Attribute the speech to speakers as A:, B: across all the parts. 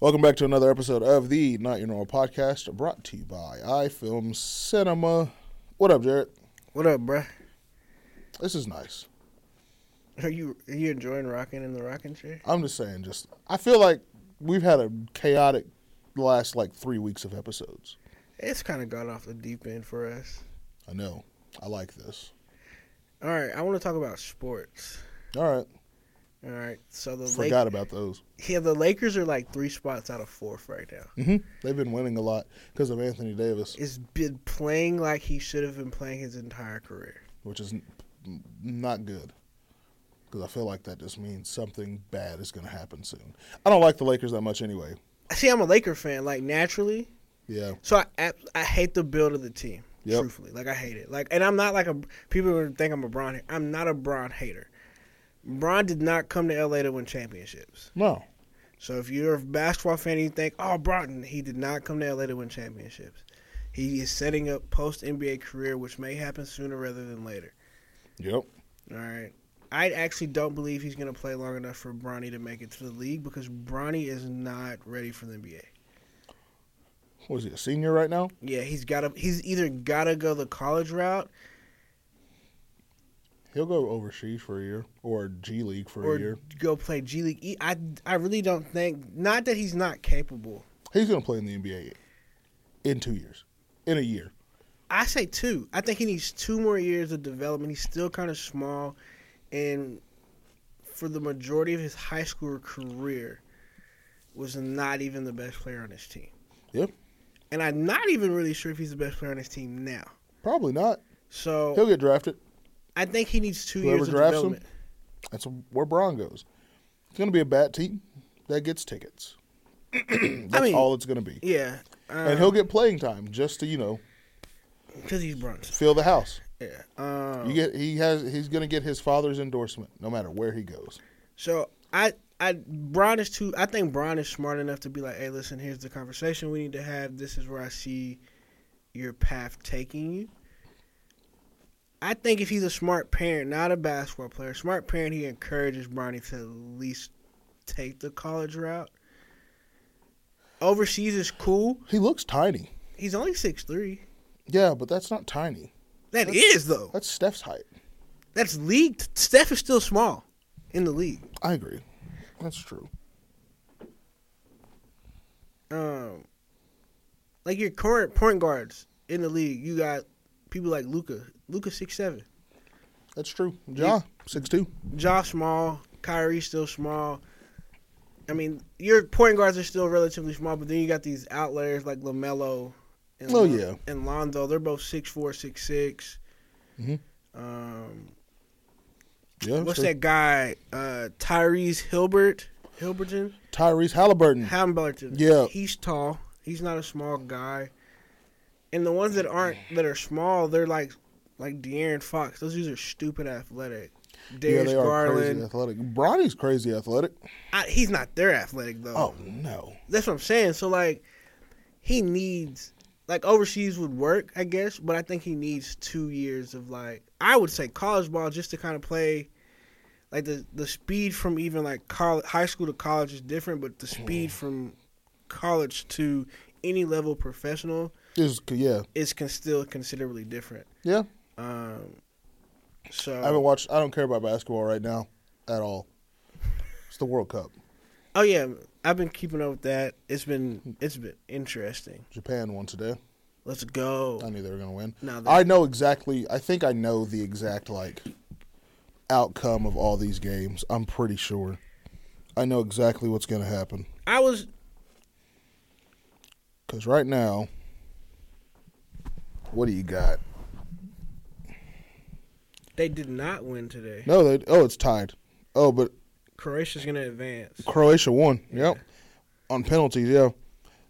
A: Welcome back to another episode of the Not Your Normal Podcast, brought to you by iFilm Cinema. What up, Jared?
B: What up, bruh?
A: This is nice.
B: Are you are you enjoying rocking in the rocking chair?
A: I'm just saying, just I feel like we've had a chaotic last like three weeks of episodes.
B: It's kind of gone off the deep end for us.
A: I know. I like this.
B: All right, I want to talk about sports.
A: All right.
B: All right, so the
A: Forgot
B: Lake-
A: about those.
B: yeah the Lakers are like three spots out of fourth right now.
A: hmm They've been winning a lot because of Anthony Davis,
B: It's been playing like he should have been playing his entire career.
A: which is n- n- not good. Because I feel like that just means something bad is going to happen soon. I don't like the Lakers that much anyway.
B: See, I'm a Laker fan, like naturally.
A: Yeah.
B: So I I, I hate the build of the team.
A: Yep.
B: Truthfully, like I hate it. Like, and I'm not like a people would think I'm a Bron. I'm not a Bron hater. Bron did not come to LA to win championships.
A: No.
B: So if you're a basketball fan and you think, oh, Broughton, he did not come to LA to win championships. He is setting up post NBA career, which may happen sooner rather than later.
A: Yep.
B: All right. I actually don't believe he's going to play long enough for Bronny to make it to the league because Bronny is not ready for the NBA.
A: What is he, a senior right now?
B: Yeah, he's got to. He's either got to go the college route
A: He'll go overseas for a year or G League for
B: or
A: a year.
B: go play G League. E- I I really don't think. Not that he's not capable.
A: He's going to play in the NBA in two years, in a year.
B: I say two. I think he needs two more years of development. He's still kind of small, and for the majority of his high school career, was not even the best player on his team.
A: Yep.
B: And I'm not even really sure if he's the best player on his team now.
A: Probably not. He'll
B: So
A: get drafted.
B: I think he needs two
A: Whoever
B: years of
A: drafts him,
B: development.
A: That's where Braun goes. It's going to be a bad team that gets tickets. That's
B: mean-
A: all it's going to be.
B: Yeah,
A: And he'll get playing time just to you know
B: because he's Brunson.
A: fill the house.
B: Yeah. Um,
A: You get he has he's going to get his father's endorsement no matter where he goes.
B: So I I Bron is too I think Bron is smart enough to be like, hey, listen, here's the conversation we need to have. This is where I see your path taking you. I think if he's a smart parent, not a basketball player, smart parent, he encourages Bronny to at least take the college route. Overseas is cool.
A: He looks tiny.
B: He's only six three.
A: Yeah, but that's not tiny.
B: That is though.
A: That's Steph's height.
B: That's league. Steph is still small in the league.
A: I agree. That's true.
B: um, like your current point guards in the league, you got people like Luca, Luca six seven,
A: That's true. Ja, six two.
B: Josh Small, Kyrie still small. I mean, your point guards are still relatively small, but then you got these outliers like Lamelo. And
A: Oh,
B: Lon-
A: yeah.
B: and Lonzo, they're both six four, six six.
A: Mhm.
B: Um,
A: Yeah.
B: what's
A: true.
B: that guy? Uh, Tyrese Hilbert, Hilberton,
A: Tyrese Halliburton.
B: Halliburton.
A: Mm. Yeah.
B: he's tall. He's not a small guy. And the ones that aren't that are small, they're like like De'Aaron Fox. Those dudes are stupid athletic.
A: yeah,
B: Darius
A: they are crazy
B: Garland.
A: athletic. Bronny's crazy athletic.
B: I, he's not their athletic though.
A: Oh no.
B: That's what I'm saying. So like, he needs like overseas would work, I guess. But I think he needs two years of like I would say college ball just to kind of play. Like the the speed from even like college, high school to college is different, but the speed from college to any level professional
A: Is yeah,
B: is con- still considerably different.
A: yeah.
B: Um, so
A: I haven't watched. I don't care about basketball right now at all. It's the World Cup.
B: oh yeah, I've been keeping up with that. It's been it's been interesting.
A: Japan won today.
B: Let's go.
A: I knew they were going to win.
B: Now
A: I know exactly. I think I know the exact like outcome of all these games. I'm pretty sure. I know exactly what's going to happen
B: I was
A: because right now, what do you got?
B: they did not win today.
A: No, they. Oh, it's tied. Oh, but
B: Croatia's gonna advance.
A: Croatia won. Yep.
B: Yeah.
A: On penalties, yeah.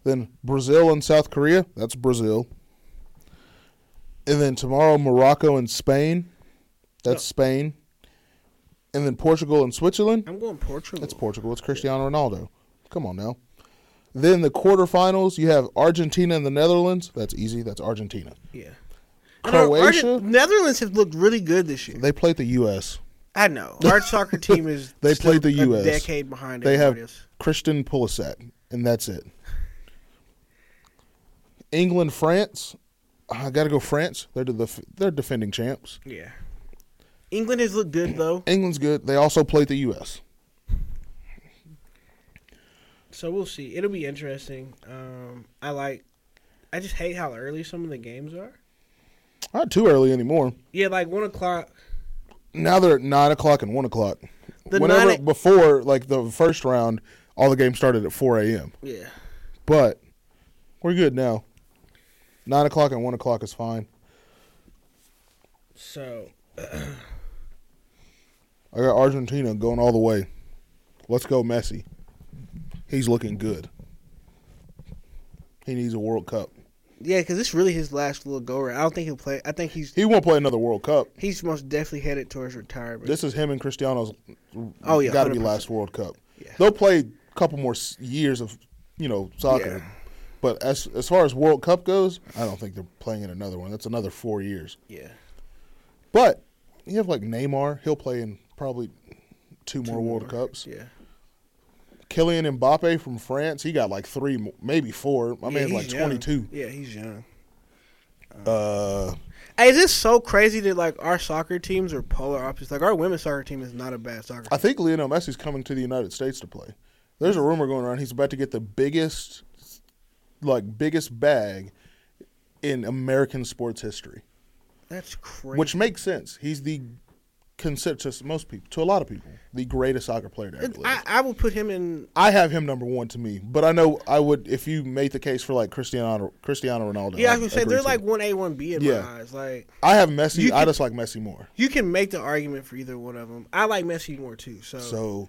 A: Then Brazil and South Korea. That's Brazil. And then tomorrow, Morocco and Spain. That's
B: No.
A: Spain. And then Portugal and Switzerland.
B: I'm going Portugal.
A: That's Portugal. It's Cristiano Ronaldo. Come on now. Then the quarterfinals, you have Argentina and the Netherlands. That's easy. That's Argentina.
B: yeah.
A: Croatia?
B: I know, Argent- Netherlands have looked really good this year.
A: They played the U.S.
B: I know our soccer team is
A: They
B: still
A: played the
B: a
A: US.
B: decade behind.
A: They have
B: everybody else.
A: Christian Pulisic. and that's it. England, France. I got to go France. They're the they're defending champs.
B: Yeah. England has looked good though,
A: England's good. They also played the U.S.
B: so we'll see. It'll be interesting. Um, I like. I just hate how early some of the games are.
A: Not too early anymore.
B: Yeah, like one o'clock.
A: Now they're at nine o'clock and one o'clock.
B: The
A: Whenever
B: nine-
A: before, like the first round, all the games started at four a.m.
B: Yeah.
A: But we're good now. Nine o'clock and one o'clock is fine.
B: So
A: I got Argentina going all the way. Let's go, Messi. He's looking good. He needs a World Cup.
B: yeah, because it's really his last little go around. I don't think he'll play. I think he's
A: He won't play another World Cup.
B: he's most definitely headed towards retirement.
A: This is him and Cristiano's.
B: Oh, yeah,
A: got to be
B: 100%.
A: last World Cup.
B: Yeah.
A: They'll play a couple more s- years of you know soccer,
B: Yeah.
A: but as as far as World Cup goes, I don't think they're playing in another one. That's another four years.
B: yeah.
A: But you have like Neymar. He'll play in probably two, more World Cups.
B: Yeah.
A: Kylian Mbappe from France. He got like three, mo- maybe four. My
B: yeah,
A: man's
B: he's
A: like
B: young.
A: twenty two.
B: Yeah, he's young.
A: Uh,
B: Hey, is this so crazy that like our soccer teams are polar opposites? Like our women's soccer team is not a bad soccer.
A: I
B: Team.
A: think Lionel Messi's coming to the United States to play. There's a rumor going around he's about to get the biggest, like biggest bag in American sports history,
B: That's crazy.
A: which makes sense. He's the consensus most people to a lot of people the greatest soccer player to ever
B: It's-
A: live.
B: I,
A: I,
B: I would put him in.
A: have him number one to me, but I know I would if you made the case for like Cristiano Cristiano Ronaldo.
B: Yeah, I
A: I'd
B: was gonna say
A: agree
B: they're
A: to
B: like
A: it.
B: one A, one B in
A: Yeah.
B: my eyes. Like
A: I have Messi.
B: you
A: I
B: could-
A: just like Messi more.
B: you can make the argument for either one of them. I like Messi more too. So,
A: So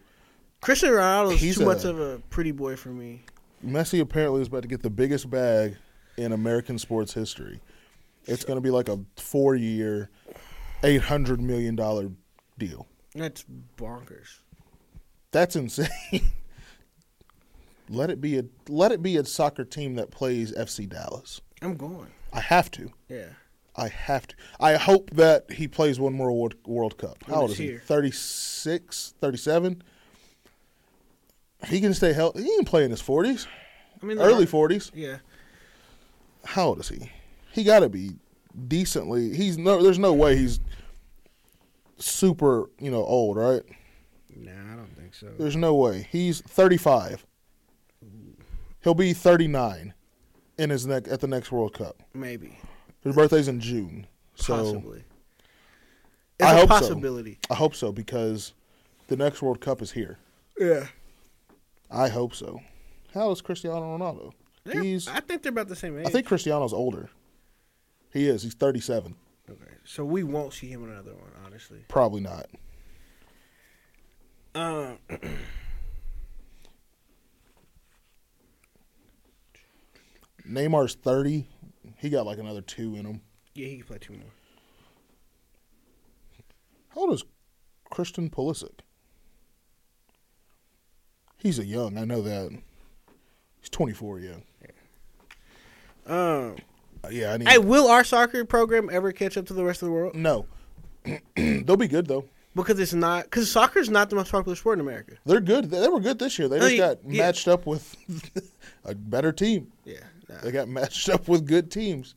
B: Cristiano Ronaldo is
A: He's
B: too much
A: a-
B: of a pretty boy for me.
A: Messi apparently is about to get the biggest bag in American sports history. It's going to be like a four-year, eight hundred million dollar deal.
B: That's bonkers.
A: That's insane. let it be a let it be a soccer team that plays FC Dallas.
B: I'm going.
A: I have to.
B: Yeah.
A: I have to. I hope that he plays one more World, World Cup.
B: When
A: How old
B: it's
A: is he?
B: here.
A: 36, 37? If he can stay healthy, he can play in his 40s,
B: I mean, there
A: early
B: are-
A: 40s.
B: Yeah.
A: how old is he? He got to be decently. He's no. There's no way he's super. You know, old, right?
B: Nah, I don't think so.
A: There's no way. He's 35. He'll be 39 in his neck at the next World Cup.
B: Maybe.
A: His birthday's in June, so
B: Possibly. It's
A: I
B: a
A: hope so.
B: possibility.
A: I hope so because the next World Cup is here.
B: Yeah.
A: I hope so. How old is Cristiano Ronaldo?
B: They're-
A: He's.
B: I think they're about the same age.
A: I think Cristiano's older. He is. He's 37.
B: Okay. So we won't see him in another one, honestly.
A: Probably not.
B: Um,
A: Neymar's 30. He got like another two in him.
B: yeah, he can play two more.
A: How old is Christian Pulisic? He's a young, I know that. He's 24, yeah.
B: Um,
A: Uh, yeah, I need.
B: hey, will our soccer program ever catch up to the rest of the world?
A: no. They'll be good, though.
B: Because it's not. Because soccer's not the most popular sport in America.
A: They're good. They they were good this year. They
B: No,
A: just
B: you-
A: got
B: Oh, yeah.
A: matched up with a better team.
B: Yeah. nah.
A: They got matched up with good teams.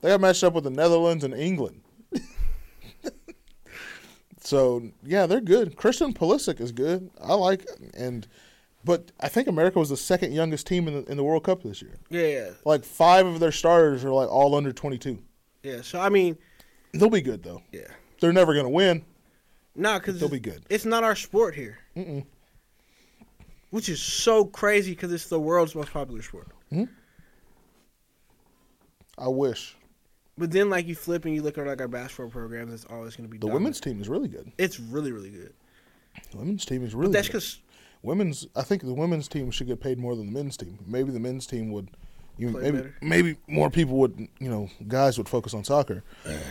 A: They got matched up with the Netherlands and England. so yeah, they're good. Christian Pulisic is good. I like and, but I think America was the second youngest team in the, in the World Cup this year.
B: Yeah, yeah.
A: Like five of their starters are like all under twenty two.
B: Yeah. So I mean,
A: They'll be good though.
B: yeah.
A: They're never gonna win.
B: Nah, because
A: They'll be good.
B: It's not our sport here. Which is so crazy because it's the world's most popular sport.
A: I wish
B: But then, like you flip and you look at like our basketball programs, it's always going to be
A: the
B: dominant.
A: women's team is really good.
B: It's really, really good.
A: The women's team is really
B: That's
A: good.
B: because
A: Women's, I think the women's team should get paid more than the men's team. Maybe the men's team would, you
B: Play
A: maybe
B: better.
A: maybe more people would, you know, guys would focus on soccer,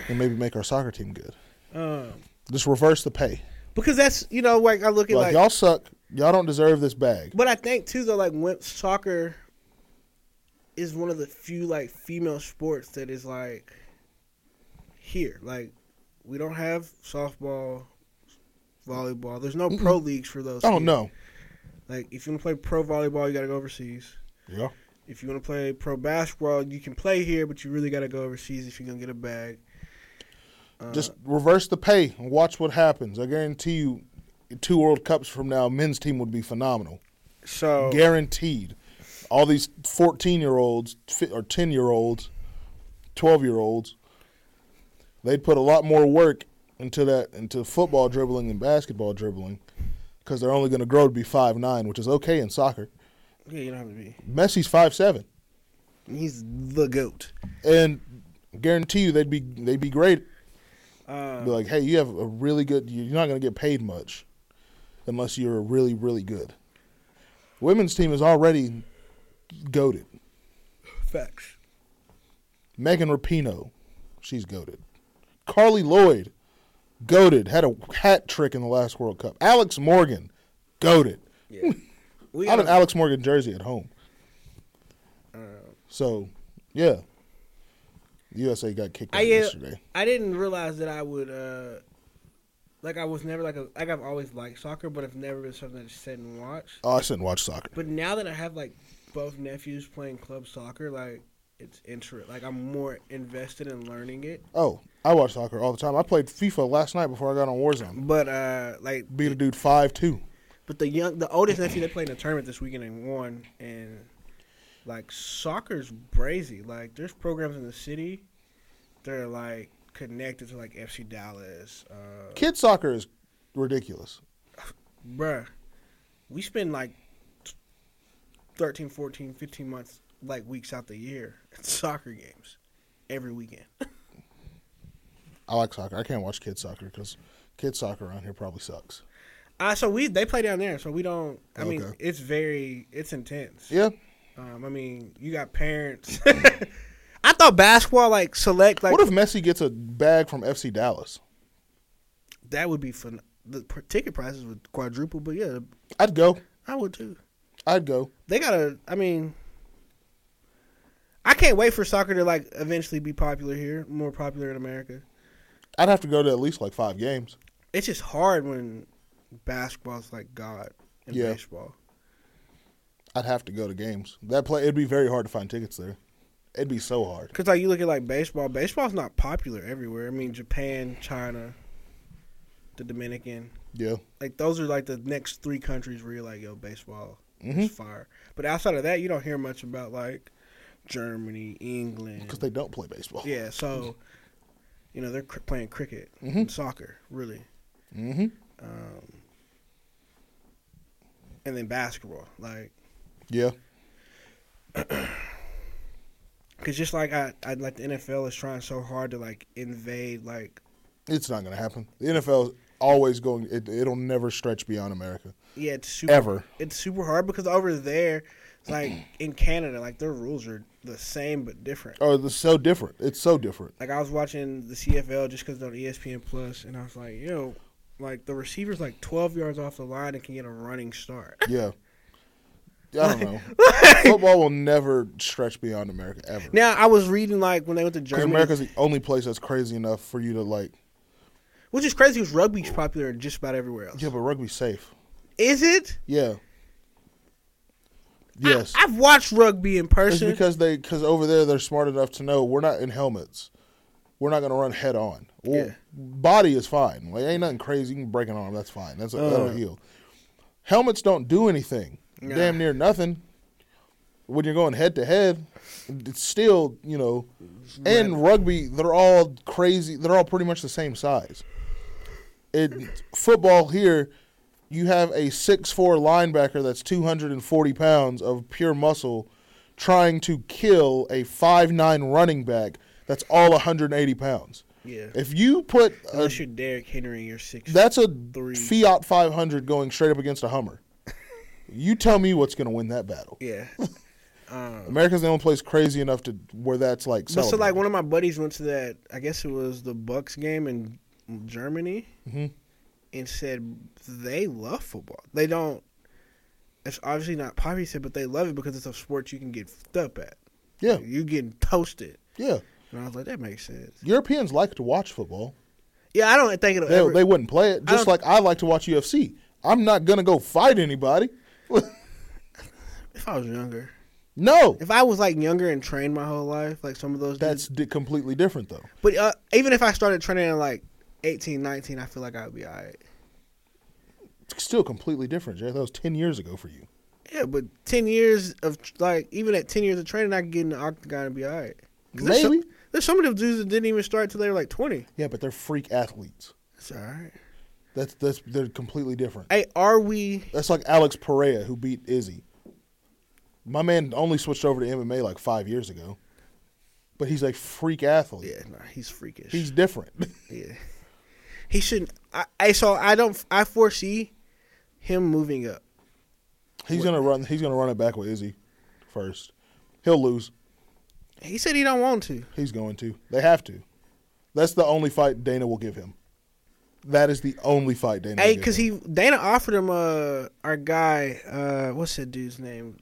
A: and maybe make our soccer team good.
B: um,
A: Just reverse the pay.
B: because that's you know like I look at
A: Like,
B: like,
A: y'all suck. Y'all don't deserve this bag.
B: but I think too though like when soccer is one of the few like female sports that is like here like we don't have softball, volleyball. There's no pro leagues for those.
A: Oh
B: here.
A: no,
B: Like if you want to play pro volleyball, you got to go overseas.
A: Yeah.
B: If you want to play pro basketball, you can play here, but you really got to go overseas if you're gonna get a bag. Uh,
A: Just reverse the pay and watch what happens. I guarantee you, two World Cups from now, men's team would be phenomenal.
B: so
A: Guaranteed. All these 14 year olds or 10 year olds, 12 year olds, they'd put a lot more work into that, into football dribbling and basketball dribbling because they're only going to grow to be five nine, which is okay in soccer.
B: yeah, you don't have to be.
A: Messi's five seven.
B: He's the goat.
A: and guarantee you they'd be they'd be great.
B: Uh,
A: Be like, hey, you have a really good. You're not going to get paid much unless you're really really good. Women's team is already goaded.
B: facts.
A: Megan Rapinoe, she's goaded. Carly Lloyd, goaded. Had a hat trick in the last World Cup. Alex Morgan, goaded.
B: Yeah. we
A: I have an
B: gotta-
A: Alex Morgan jersey at home.
B: uh,
A: So, yeah. USA got kicked out
B: I, uh,
A: yesterday.
B: I didn't realize that I would uh like I was never like a like I've always liked soccer, but I've never been something that I sat and watched.
A: Oh, I shouldn't watch soccer.
B: But now that I have like both nephews playing club soccer, like it's interest like I'm more invested in learning it.
A: Oh, I watch soccer all the time. I played FIFA last night before I got on Warzone.
B: But uh like
A: Beat a dude five two.
B: but the young the oldest nephew they played in a tournament this weekend and won and like soccer's brazy. Like there's programs in the city that are like connected to like FC Dallas, uh
A: Kid soccer is ridiculous.
B: bruh, we spend like t- 13, 14, 15 months, like weeks out the year at soccer games every weekend.
A: I like soccer. I can't watch kid soccer because kid soccer around here probably sucks.
B: Uh, so we they play down there, so we don't. I mean,
A: Okay.
B: it's very it's intense.
A: Yeah,
B: Um, I mean, you got parents. I thought basketball like select like
A: what if Messi gets a bag from FC Dallas?
B: that would be fun. The pr- ticket prices would quadruple, but yeah,
A: I'd go.
B: I would too.
A: I'd go.
B: They gotta. I mean, I can't wait for soccer to like eventually be popular here, more popular in America.
A: I'd have to go to at least like five games.
B: it's just hard when basketball's like God and
A: Yeah.
B: baseball.
A: I'd have to go to games. That play it'd be very hard to find tickets there. It'd be so hard.
B: Because like you look at like baseball, baseball's not popular everywhere. I mean Japan, China, the Dominican,
A: Yeah.
B: like those are like the next three countries where you're like, yo, baseball
A: Mhm.
B: is fire. But outside of that, you don't hear much about like Germany, England.
A: Because they don't play baseball.
B: yeah, so you know they're cr- playing cricket,
A: Mhm.
B: and soccer, really,
A: Mm-hmm.
B: um, and then basketball, like.
A: Yeah.
B: Cause just like I, I like the NFL is trying so hard to like invade like
A: It's not gonna happen. The NFL is always going it, it'll never stretch beyond America.
B: yeah it's super
A: Ever.
B: it's super hard because over there like in Canada like their rules are the same but different.
A: Oh, it's so different. It's so different.
B: Like I was watching the CFL just because on E ESPN Plus and I was like yo like the receiver's like twelve yards off the line and can get a running start.
A: Yeah. I don't know. Football will never stretch beyond America ever.
B: now I was reading like when they went to
A: Because
B: Germany,
A: America's the only place that's crazy enough for you to like.
B: which is crazy because rugby's popular in just about everywhere else.
A: Yeah, but rugby's safe.
B: Is it?
A: Yeah. Yes.
B: I, have watched rugby in
A: it's
B: person.
A: because they because over there they're smart enough to know we're not in helmets. We're not going to run head on. Well,
B: Yeah.
A: Body is fine. Like ain't nothing crazy. You can break an arm. That's fine. That's that'll
B: Uh.
A: heal. Helmets don't do anything.
B: Nah.
A: Damn near nothing. When you're going head to head, it's still you know. And rugby, they're all crazy. They're all pretty much the same size. It football here, you have a six four linebacker that's two hundred and forty pounds of pure muscle, trying to kill a five nine running back that's all one hundred and eighty pounds.
B: yeah,
A: If you put a,
B: unless you're Derrick Henry, and you're six.
A: that's a
B: Three.
A: Fiat five hundred going straight up against a Hummer, you tell me what's going to win that battle.
B: Yeah. Um,
A: America's the only place crazy enough to where that's like.
B: but so like
A: celebrated.
B: one of my buddies went to that. I guess it was the Bucks game in Germany,
A: Mhm.
B: and said they love football. They don't. It's obviously not popular, he said, but they love it because it's a sport you can get fed up at.
A: yeah,
B: you getting toasted.
A: yeah.
B: And I was like, that makes sense.
A: Europeans like to watch football.
B: Yeah, I don't think it'll
A: They,
B: ever.
A: they wouldn't play it.
B: I
A: Just
B: don't-
A: like I like to watch UFC. I'm not gonna go fight anybody.
B: If I was younger,
A: No,
B: if I was like younger and trained my whole life, like some of those.
A: that's
B: That's.
A: di- completely different though.
B: But uh, even if I started training at like 18, 19, I feel like I'd be alright.
A: It's still completely different, Jay. That was ten years ago for you.
B: Yeah, but ten years of tr- like even at ten years of training, I could get in the octagon and be all right. 'Cause There's
A: Maybe.
B: some, there's some of them dudes that didn't even start till they were like twenty.
A: Yeah, but they're freak athletes.
B: It's all right.
A: That's that's they're completely different.
B: Hey, are we?
A: That's like Alex Perea who beat Izzy. My man only switched over to MMA like five years ago, but he's a freak athlete.
B: Yeah, nah, he's freakish.
A: He's different.
B: yeah, he shouldn't. I, I so I don't. I foresee him moving up.
A: he's gonna run. He's gonna run it back with Izzy first. He'll lose.
B: He said he don't want to.
A: He's going to. They have to. That's the only fight Dana will give him. That is the only fight Dana.
B: Hey,
A: will give
B: because
A: him.
B: he Dana offered him uh our guy uh what's that dude's name,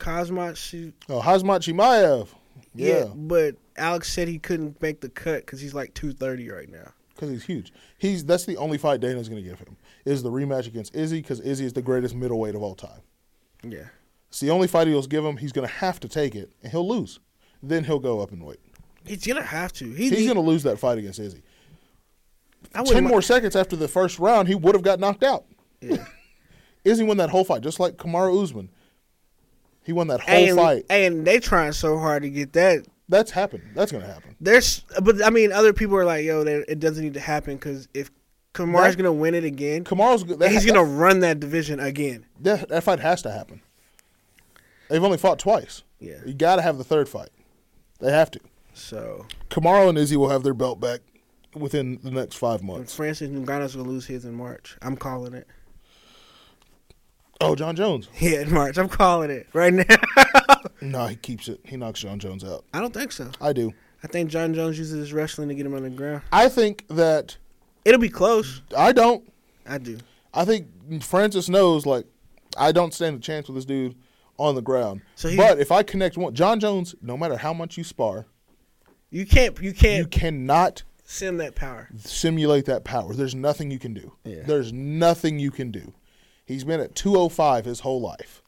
B: Cosmo shoot.
A: Oh, Hazmat Chimaev. Yeah,
B: but Alex said he couldn't make the cut because he's like two thirty right now.
A: because he's huge. He's that's the only fight Dana's going to give him is the rematch against Izzy because Izzy is the greatest middleweight of all time.
B: Yeah.
A: It's the only fight he'll give him. He's going to have to take it and he'll lose. Then he'll go up and wait.
B: He's gonna have to. He,
A: He's
B: he-
A: going to lose that fight against Izzy.
B: I wouldn't
A: Ten
B: mi-
A: more seconds after the first round, he would have got knocked out.
B: Yeah.
A: Izzy won that whole fight, just like Kamara Usman. He won that whole
B: and,
A: fight.
B: and they trying so hard to get that.
A: That's happened. That's going to happen.
B: There's, but I mean, other people are like, "Yo, that, it doesn't need to happen because if Kamara's
A: That-
B: gonna win it again,
A: Kamara's go- that,
B: he's
A: that-
B: gonna run that division again."
A: that, that fight has to happen. They've only fought twice.
B: Yeah.
A: You got to have the third fight. They have to.
B: So
A: Kamara and Izzy will have their belt back within the next five
B: and
A: months.
B: Francis Ngannou's gonna lose his in March. I'm calling it.
A: Oh, John Jones.
B: Yeah, in March. I'm calling it right now.
A: No, he keeps it. He knocks John Jones out.
B: I don't think so.
A: I do.
B: I think John Jones uses his wrestling to get him on the ground.
A: I think that
B: It'll be close.
A: I don't.
B: I do.
A: I think Francis knows like I don't stand a chance with this dude on the ground.
B: So he-
A: but if I connect one, John Jones, no matter how much you spar,
B: You can't. You can't
A: you cannot
B: send that power.
A: simulate that power. There's nothing you can do.
B: Yeah.
A: There's nothing you can do. He's been at 205 his whole life.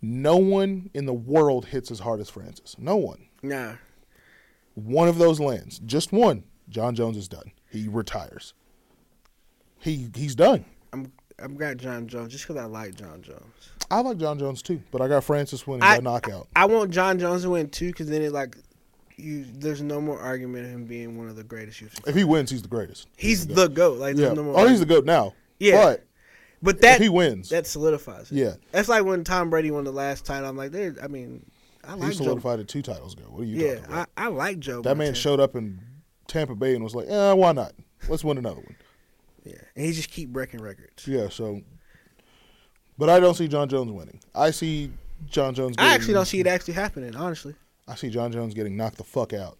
A: No one in the world hits as hard as Francis. No one.
B: Nah.
A: One of those lands, just one. John Jones is done. He retires. He he's done.
B: I'm. I've got John Jones just because I like John Jones.
A: I like John Jones too, but I got Francis winning
B: I-
A: by knockout.
B: I want John Jones to win too, because then it like you. There's no more argument of him being one of the greatest. UFC.
A: If he wins, he's the greatest.
B: He's the goat. Like there's
A: Yeah.
B: no more.
A: oh, he's the
B: argument.
A: goat now.
B: Yeah.
A: But
B: But that
A: if he wins,
B: that solidifies. It.
A: Yeah.
B: That's like when Tom Brady won the last title. I'm like, there. I mean, I
A: he
B: like Joe.
A: solidified it two titles ago. What are you
B: Yeah,
A: talking about?
B: I, I like Joe.
A: that man
B: Montana.
A: showed up in Tampa Bay and was like, "Eh, why not? Let's win another one."
B: Yeah, and he just keep breaking records.
A: Yeah. So, but I don't see John Jones winning. I see John Jones. Getting,
B: I actually don't see it actually happening. Honestly,
A: I see John Jones getting knocked the fuck out.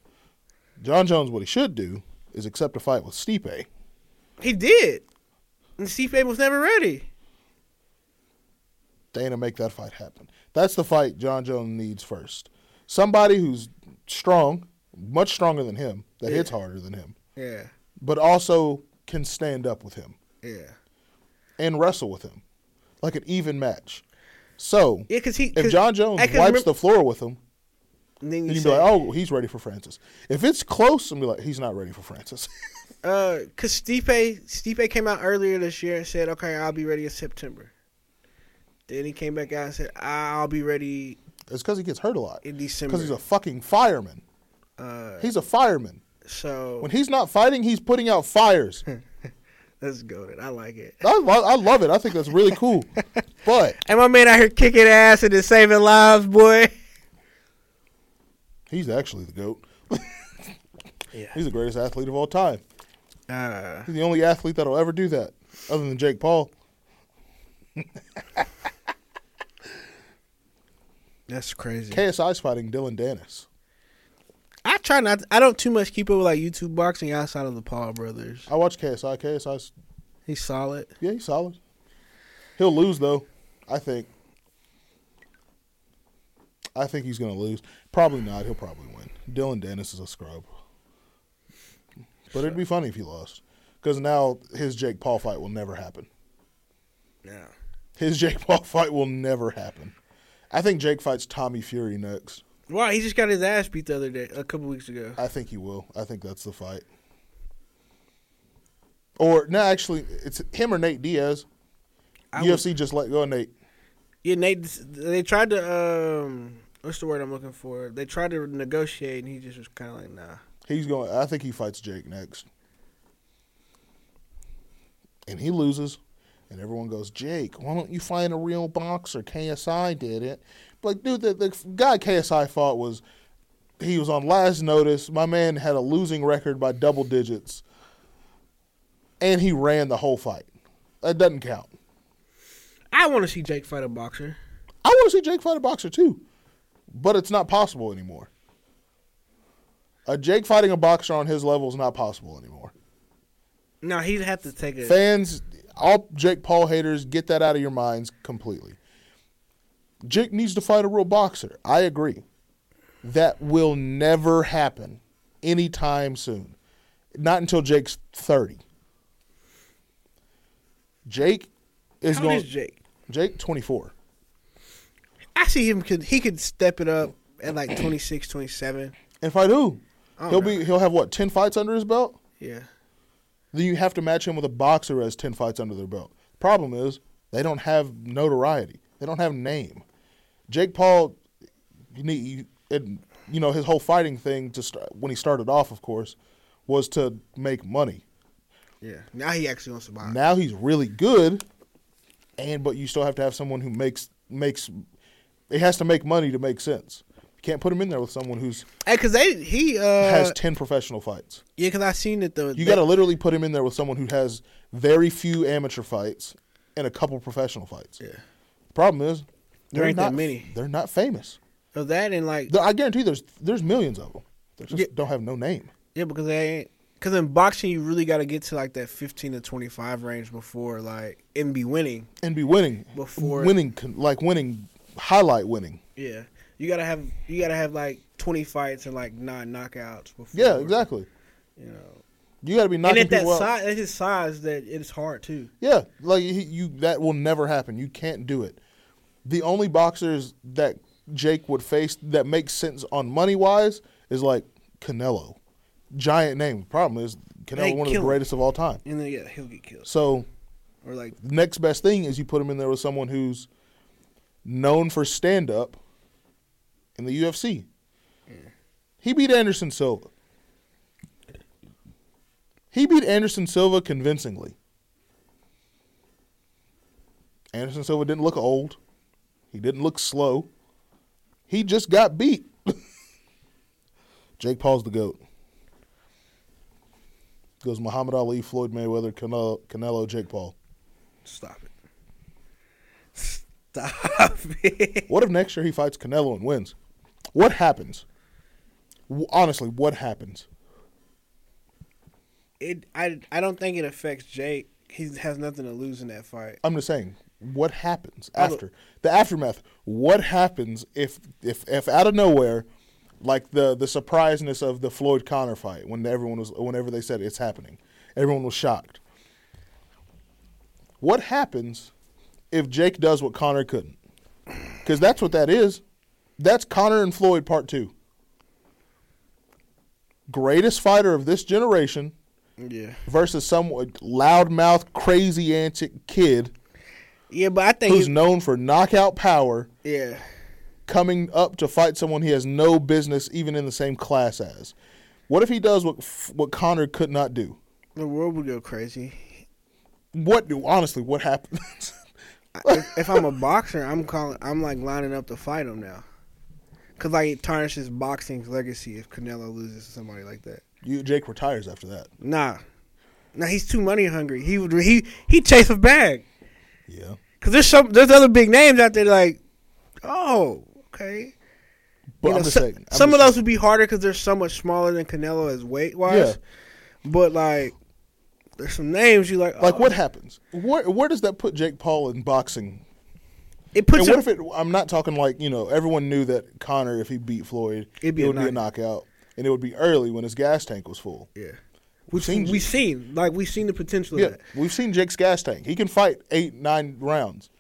A: John Jones, what he should do is accept a fight with Stipe.
B: he did, and Stipe was never ready.
A: Dana make that fight happen. That's the fight John Jones needs first. Somebody who's strong, much stronger than him, that
B: Yeah.
A: hits harder than him,
B: Yeah,
A: but also can stand up with him
B: yeah, yeah.
A: and wrestle with him, like an even match. So
B: Because he
A: if
B: 'cause-
A: John Jones
B: I
A: wipes
B: can remem-
A: the floor with him,
B: and then
A: then
B: you,
A: you
B: say,
A: can be like, oh, he's ready for Francis. If it's close, I'm be like, he's not ready for Francis.
B: because Uh, Stipe Stipe came out earlier this year and said, "Okay, I'll be ready in September." Then he came back out and said, "I'll be ready
A: it's because he gets hurt a lot.
B: in
A: Because he's a
B: December."
A: fucking fireman.
B: Uh,
A: He's a fireman.
B: so
A: When he's not fighting, he's putting out fires.
B: let's go. Then I like it.
A: I, I love it. I think that's really cool. but
B: And my man out here kicking ass and just saving lives, boy.
A: he's actually the GOAT.
B: Yeah.
A: He's the greatest athlete of all time.
B: Uh,
A: He's the only athlete that'll ever do that, other than Jake Paul.
B: that's crazy.
A: KSI's fighting Dylan Dennis.
B: I try not. I don't too much keep up with like YouTube boxing outside of the Paul brothers.
A: I watch KSI. KSI's
B: He's solid.
A: Yeah, he's solid. He'll lose though, I think. I think he's gonna lose. Probably not. He'll probably win. Dylan Dennis is a scrub, but it'd be funny if he lost, because now his Jake Paul fight will never happen.
B: Yeah.
A: His Jake Paul fight will never happen. I think Jake fights Tommy Fury next.
B: Wow, he just got his ass beat the other day, a couple weeks ago.
A: I think he will. I think that's the fight. Or no, actually, it's him or Nate Diaz.
B: I
A: UFC just let go of Nate.
B: Yeah, Nate. They tried to. um What's the word I'm looking for? They tried to negotiate, and he just was kind of like, "Nah."
A: He's going. I think he fights Jake next, and he loses, and everyone goes, "Jake, why don't you find a real boxer? KSI did it." Like, dude, the, the guy KSI fought was he was on last notice. My man had a losing record by double digits, and he ran the whole fight. That doesn't count.
B: I want to see Jake fight a boxer.
A: I want to see Jake fight a boxer too, but it's not possible anymore. A Jake fighting a boxer on his level is not possible anymore.
B: No, he'd have to take a.
A: Fans, all Jake Paul haters, get that out of your minds completely. Jake needs to fight a real boxer. I agree. That will never happen anytime soon. Not until Jake's 30. Jake is
B: How old
A: going
B: is Jake?
A: Jake 24.
B: I see him could he could step it up at like 26, 27.
A: And fight who?
B: I don't
A: He'll
B: know.
A: be he'll have what, 10 fights under his belt?
B: Yeah.
A: then you have to match him with a boxer who has 10 fights under their belt. Problem is, they don't have notoriety. They don't have name. Jake Paul, you need, you, and, you know, his whole fighting thing, to start, when he started off, of course, was to make money.
B: Yeah. Now he actually wants to buy.
A: Now he's really good, and but you still have to have someone who makes makes it has to make money to make sense. You can't put him in there with someone who's
B: Hey, cause they he uh
A: has ten professional fights.
B: yeah, cause I seen that the
A: You
B: they-
A: got to literally put him in there with someone who has very few amateur fights and a couple professional fights.
B: Yeah.
A: Problem is,
B: There
A: they're
B: ain't that
A: not,
B: many.
A: They're not famous.
B: of that and like
A: Th- I guarantee there's there's millions of them. They just
B: Yeah.
A: don't have no name.
B: yeah because they ain't because in boxing you really got to get to like that fifteen to twenty five range before like and be winning.
A: And be winning
B: Before-
A: winning con- like winning highlight winning.
B: Yeah. You gotta have you gotta have like twenty fights and like nine knockouts before.
A: Yeah, exactly.
B: You know,
A: You got to be
B: and
A: knocking
B: at that
A: people out.
B: size, at his size, that it's hard too.
A: Yeah, like he, you that will never happen. You can't do it. The only boxers that Jake would face that makes sense on money wise is like Canelo, giant name. Problem is Canelo
B: They
A: one of the
B: kill him.
A: greatest of all time.
B: And then yeah, he'll get killed
A: So
B: or like
A: the next best thing is you put him in there with someone who's known for stand up in the UFC. He beat Anderson Silva. He beat Anderson Silva convincingly. Anderson Silva didn't look old. He didn't look slow. He just got beat. Jake Paul's the GOAT. Goes Muhammad Ali, Floyd Mayweather, Canelo, Canelo Jake Paul.
B: stop it, stop it.
A: What if next year he fights Canelo and wins? What happens? W- Honestly, what happens?
B: it I I don't think it affects Jake. He has nothing to lose in that fight.
A: I'm just saying, what happens
B: I don't-
A: after the aftermath? What happens if if if out of nowhere, like the the surpriseness of the Floyd Connor fight when everyone was whenever they said it's happening, everyone was shocked. What happens if Jake does what Connor couldn't? Because that's what that is. That's Connor and Floyd part two. Greatest fighter of this generation
B: Yeah,
A: versus some loudmouth, crazy antic kid
B: yeah, but I think
A: who's
B: it-
A: known for knockout power
B: yeah,
A: coming up to fight someone he has no business even in the same class as. What if he does what what Connor could not do?
B: the world would go crazy.
A: What do honestly? What happens?
B: I- if, if I'm a boxer, I'm calling. I'm like lining up to fight him now, cause like it tarnishes boxing's legacy if Canelo loses to somebody like that.
A: you Jake retires after that.
B: Nah, nah, he's too money hungry. He would he he chase a bag.
A: Yeah,
B: Cause there's some there's other big names out there like, oh okay.
A: but
B: You know,
A: I'm just
B: so-
A: saying. I'm
B: some
A: just
B: of those would be harder because they're so much smaller than Canelo as weight wise. But like, there's some names you like.
A: saying, like
B: oh.
A: what happens? Where where does that put Jake Paul in boxing?
B: It puts
A: and what
B: him-
A: if it? I'm not talking like you know. Everyone knew that Connor, if he beat Floyd,
B: It'd be
A: it
B: a
A: would be a knockout, and it would be early when his gas tank was full.
B: yeah. We've
A: seen-
B: seen, we've seen like we've seen the potential
A: Yeah,
B: of that.
A: we've seen Jake's gas tank. He can fight eight, nine rounds.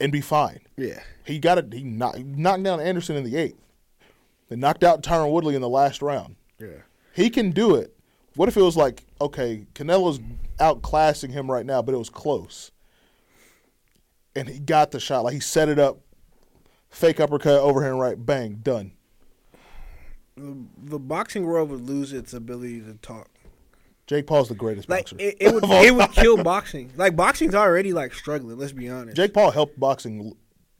A: and be fine.
B: Yeah.
A: He got it. He knocked, knocked down Anderson in the eighth. They knocked out Tyron Woodley in the last round.
B: Yeah.
A: He can do it. What if it was like, okay, Canelo's outclassing him right now, but it was close. And he got the shot. Like he set it up, fake uppercut, overhand right, bang, done.
B: The, the boxing world would lose its ability to talk.
A: Jake Paul's the greatest
B: Like
A: boxer.
B: it, it would
A: Of all
B: it would
A: time.
B: kill boxing. Like boxing's already like struggling. Let's be honest.
A: Jake Paul helped boxing, l-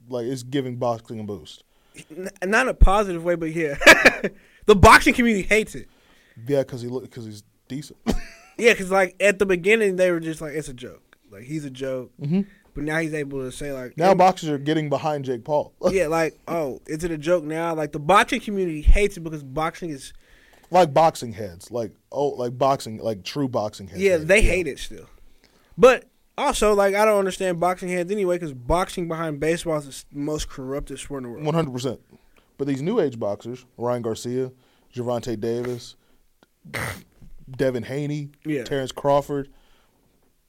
A: like is giving boxing a boost.
B: N- not in a positive way, but yeah, the boxing community hates it.
A: Yeah, because he because he's decent.
B: Yeah, because like at the beginning they were just like it's a joke. Like he's a joke. But now he's able to say like
A: now
B: "Hey,
A: boxers are getting behind Jake Paul.
B: yeah, like, oh, is it a joke now? Like the boxing community hates it because boxing is
A: like boxing heads, like oh, like boxing, like true boxing heads.
B: yeah,
A: Like,
B: they hate it still. But also, like, I don't understand boxing heads anyway because boxing behind baseball is the most corrupted sport in the world.
A: One hundred percent. But these new age boxers, Ryan Garcia, Javante Davis, Devin Haney,
B: Yeah.
A: Terrence Crawford,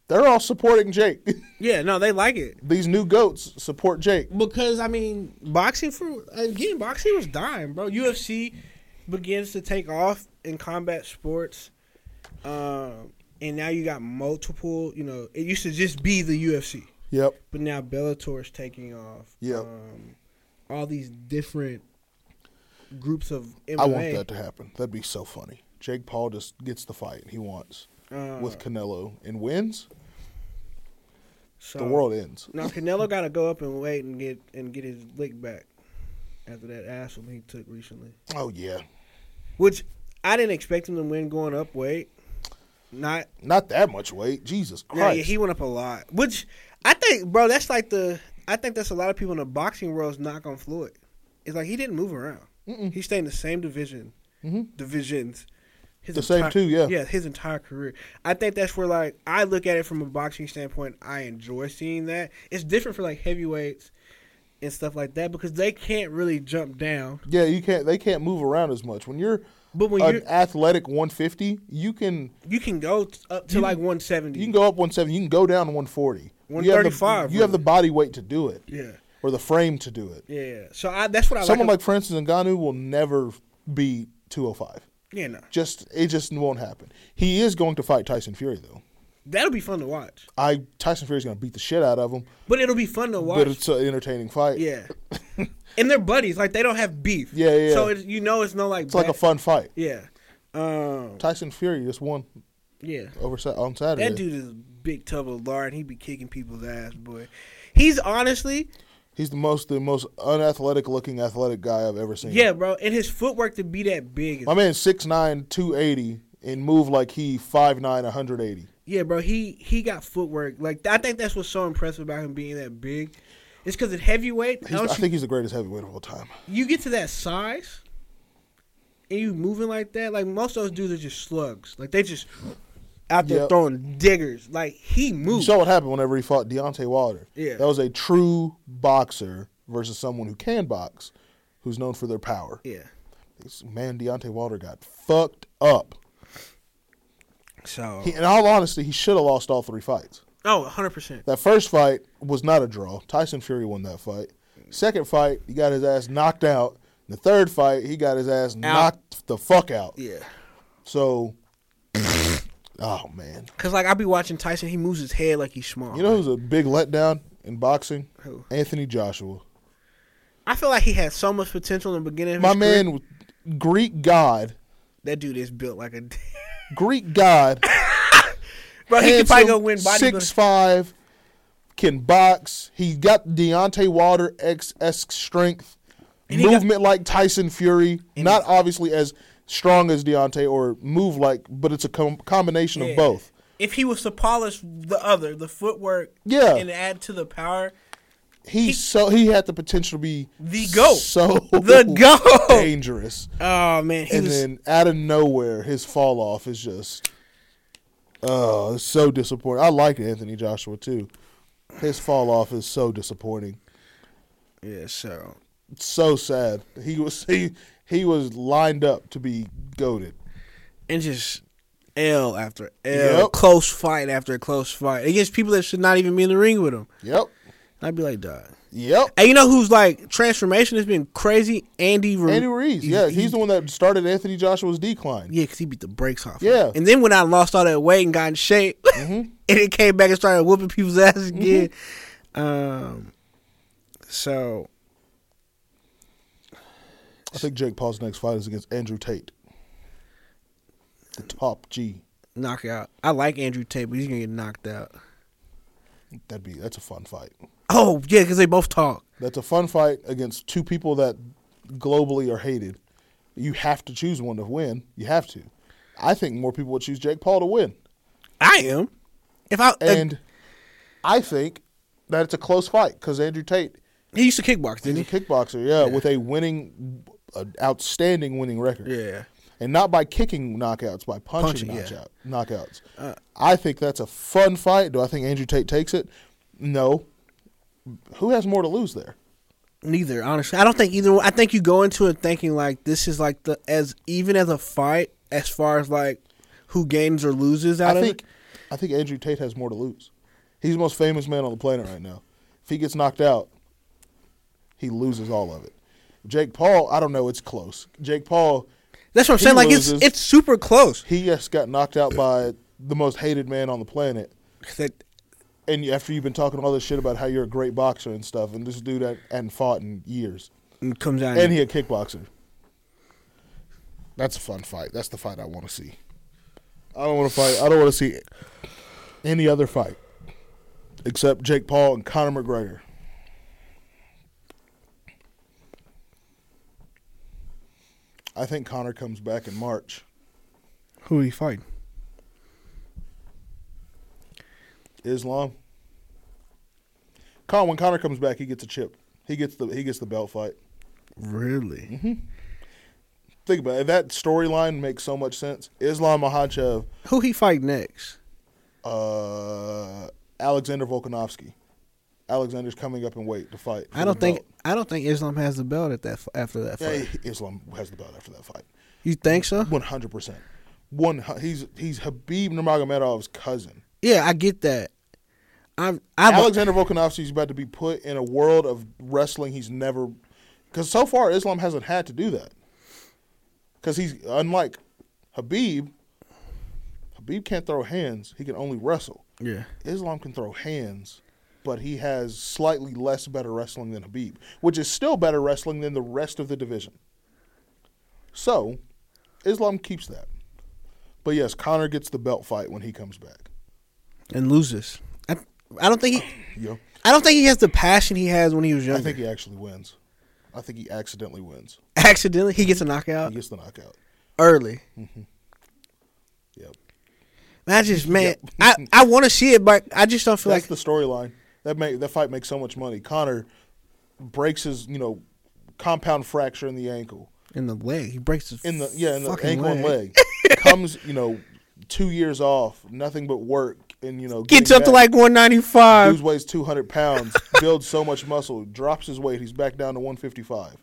A: they're all supporting Jake.
B: Yeah, no, they like it
A: these new goats support Jake.
B: because I mean, boxing for again, boxing was dying, bro. UFC begins to take off in combat sports, um, and now you got multiple. You know, it used to just be the UFC.
A: Yep.
B: But now Bellator's taking off.
A: Yeah.
B: Um, all these different groups of MMA.
A: I want that to happen. That'd be so funny. Jake Paul just gets the fight he wants
B: Uh,
A: with Canelo and wins.
B: so,
A: the world ends.
B: Now Canelo got to go up and wait and get and get his lick back after that ass one he took recently,
A: Oh yeah.
B: which I didn't expect him to win going up weight. Not
A: Not that much weight. Jesus Christ.
B: yeah, yeah, he went up a lot, which I think, bro, that's like the I think that's a lot of people in the boxing world's knock on Floyd. It's like he didn't move around. He stayed in the same division,
A: Mm-hmm.
B: divisions. His
A: The same two, yeah.
B: Yeah, his entire career. I think that's where like I look at it from a boxing standpoint. I enjoy seeing that. It's different for like heavyweights and stuff like that because they can't really jump down.
A: Yeah, you can't. They can't move around as much when you're
B: But when
A: an
B: you're-
A: athletic 150. You can
B: You can go t- up to
A: You-
B: like one seventy.
A: you can go up 170. You can go down 140. You have the-
B: 135,
A: You have the
B: really.
A: oh
B: Um, Oh,
A: oh, uh, Yep.
B: oh, And you know who's like transformation has been crazy? Andy Reid.
A: Andy Reese. Yeah, he's the one that started Anthony Joshua's decline.
B: Yeah, because he beat the brakes off.
A: Yeah. Mm-hmm.
B: him. And then when I lost all that weight and got in shape, and it came back and started whooping people's ass again. Um, so
A: I think Jake Paul's next fight is against Andrew Tate, the top G.
B: knockout. I like Andrew Tate, but he's gonna get knocked out.
A: That'd be that's a fun fight.
B: Oh yeah, because they both talk.
A: That's a fun fight against two people that globally are hated. You have to choose one to win. You have to. I think more people would choose Jake Paul to win,
B: I am. If I uh,
A: and I think that it's a close fight because Andrew Tate
B: he used to kickbox, didn't
A: He's a
B: he?
A: kickboxer, yeah, with a winning, an outstanding winning record.
B: Yeah.
A: and not by kicking knockouts, by punching,
B: Punching, yeah. Uh,
A: knockout, knockouts. I think that's a fun fight. Do I think Andrew Tate takes it? No. Who has more to lose there?
B: Neither, honestly. I don't think either one. I think you go into it thinking like this is like the as even as a fight as far as like who gains or loses out
A: I
B: of
A: think,
B: it.
A: I think Andrew Tate has more to lose. He's the most famous man on the planet right now. If he gets knocked out, he loses all of it. Jake Paul, I don't know. It's close. Jake Paul,
B: That's what I'm
A: he
B: saying. Like
A: loses.
B: it's it's super close.
A: he just got knocked out by the most hated man on the planet.
B: That
A: and you- after you've been talking all this shit about how you're a great boxer and stuff, and this dude hadn't- hadn't fought in years,
B: it comes out.
A: and he a kickboxer. That's a fun fight. That's the fight I want to see. I don't want to fight. I don't want to see any other fight except Jake Paul and Conor McGregor. I think Conor comes back in March.
B: who he fight?
A: Islam. Con when Conor comes back, he gets a chip. He gets the he gets the belt fight.
B: Really?
A: Think about it. That storyline makes so much sense. Islam Mahachev,
B: Who he fight next?
A: uh, Alexander Volkanovsky. Alexander's coming up in weight to fight. for
B: I don't
A: the
B: think
A: belt.
B: I don't think Islam has the belt at that f- after that fight.
A: Yeah, he- Islam has the belt after that fight.
B: You think so?
A: One hundred percent. One. hu- He's he's Habib Nurmagomedov's cousin.
B: Yeah, I get that. I'm I
A: Alexander Volkanovsky's about to be put in a world of wrestling he's never, because so far Islam hasn't had to do that. Because he's unlike Habib. Habib can't throw hands; he can only wrestle.
B: Yeah.
A: Islam can throw hands, but he has slightly less better wrestling than Habib, which is still better wrestling than the rest of the division. So, Islam keeps that. But yes, Connor gets the belt fight when he comes back.
B: and loses. I I don't think he
A: You know?
B: I don't think he has the passion he has when he was
A: I
B: younger.
A: think he actually wins. I think he accidentally wins.
B: Accidentally, he gets a
A: He
B: knockout
A: gets the knockout.
B: early.
A: Yep.
B: I just man, I, I want to see it, but I just don't feel
A: That's
B: like
A: the storyline. That make that fight makes so much money. Connor breaks his, you know, compound fracture in the ankle.
B: in the leg. He breaks his
A: In the yeah, in the
B: fucking
A: ankle and leg. Comes, you know, two years off, nothing but work and you know
B: Gets
A: getting
B: up to
A: back.
B: like one ninety five.
A: Dude weighs 200 pounds, builds so much muscle, drops his weight. He's back down to 155.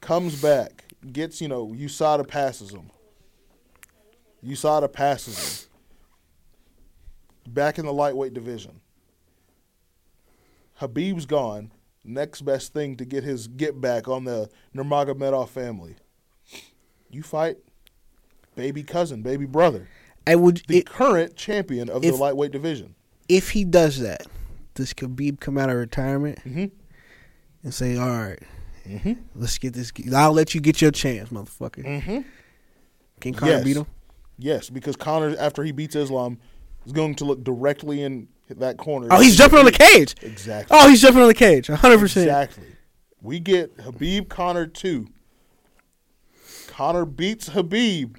A: Comes back, gets, you know, USADA passes him. USADA passes him. Back in the lightweight division. Habib's gone. Next best thing to get his get back on the Nurmagomedov family. You fight baby cousin, baby brother,
B: I would
A: the
B: it,
A: current champion of the
B: if-
A: lightweight division.
B: if he does that. Does Khabib come out of retirement
A: Mm-hmm.
B: and say, "All right, let's get this. I'll let you get your chance, motherfucker." Can Conor
A: Mm-hmm. Yes.
B: beat him?
A: Yes, because Connor, after he beats Islam, is going to look directly in that corner.
B: Oh, he's jumping on the cage.
A: Exactly.
B: Oh, he's jumping on the cage. One hundred percent.
A: Exactly. We get Habib Connor two. Connor beats Habib,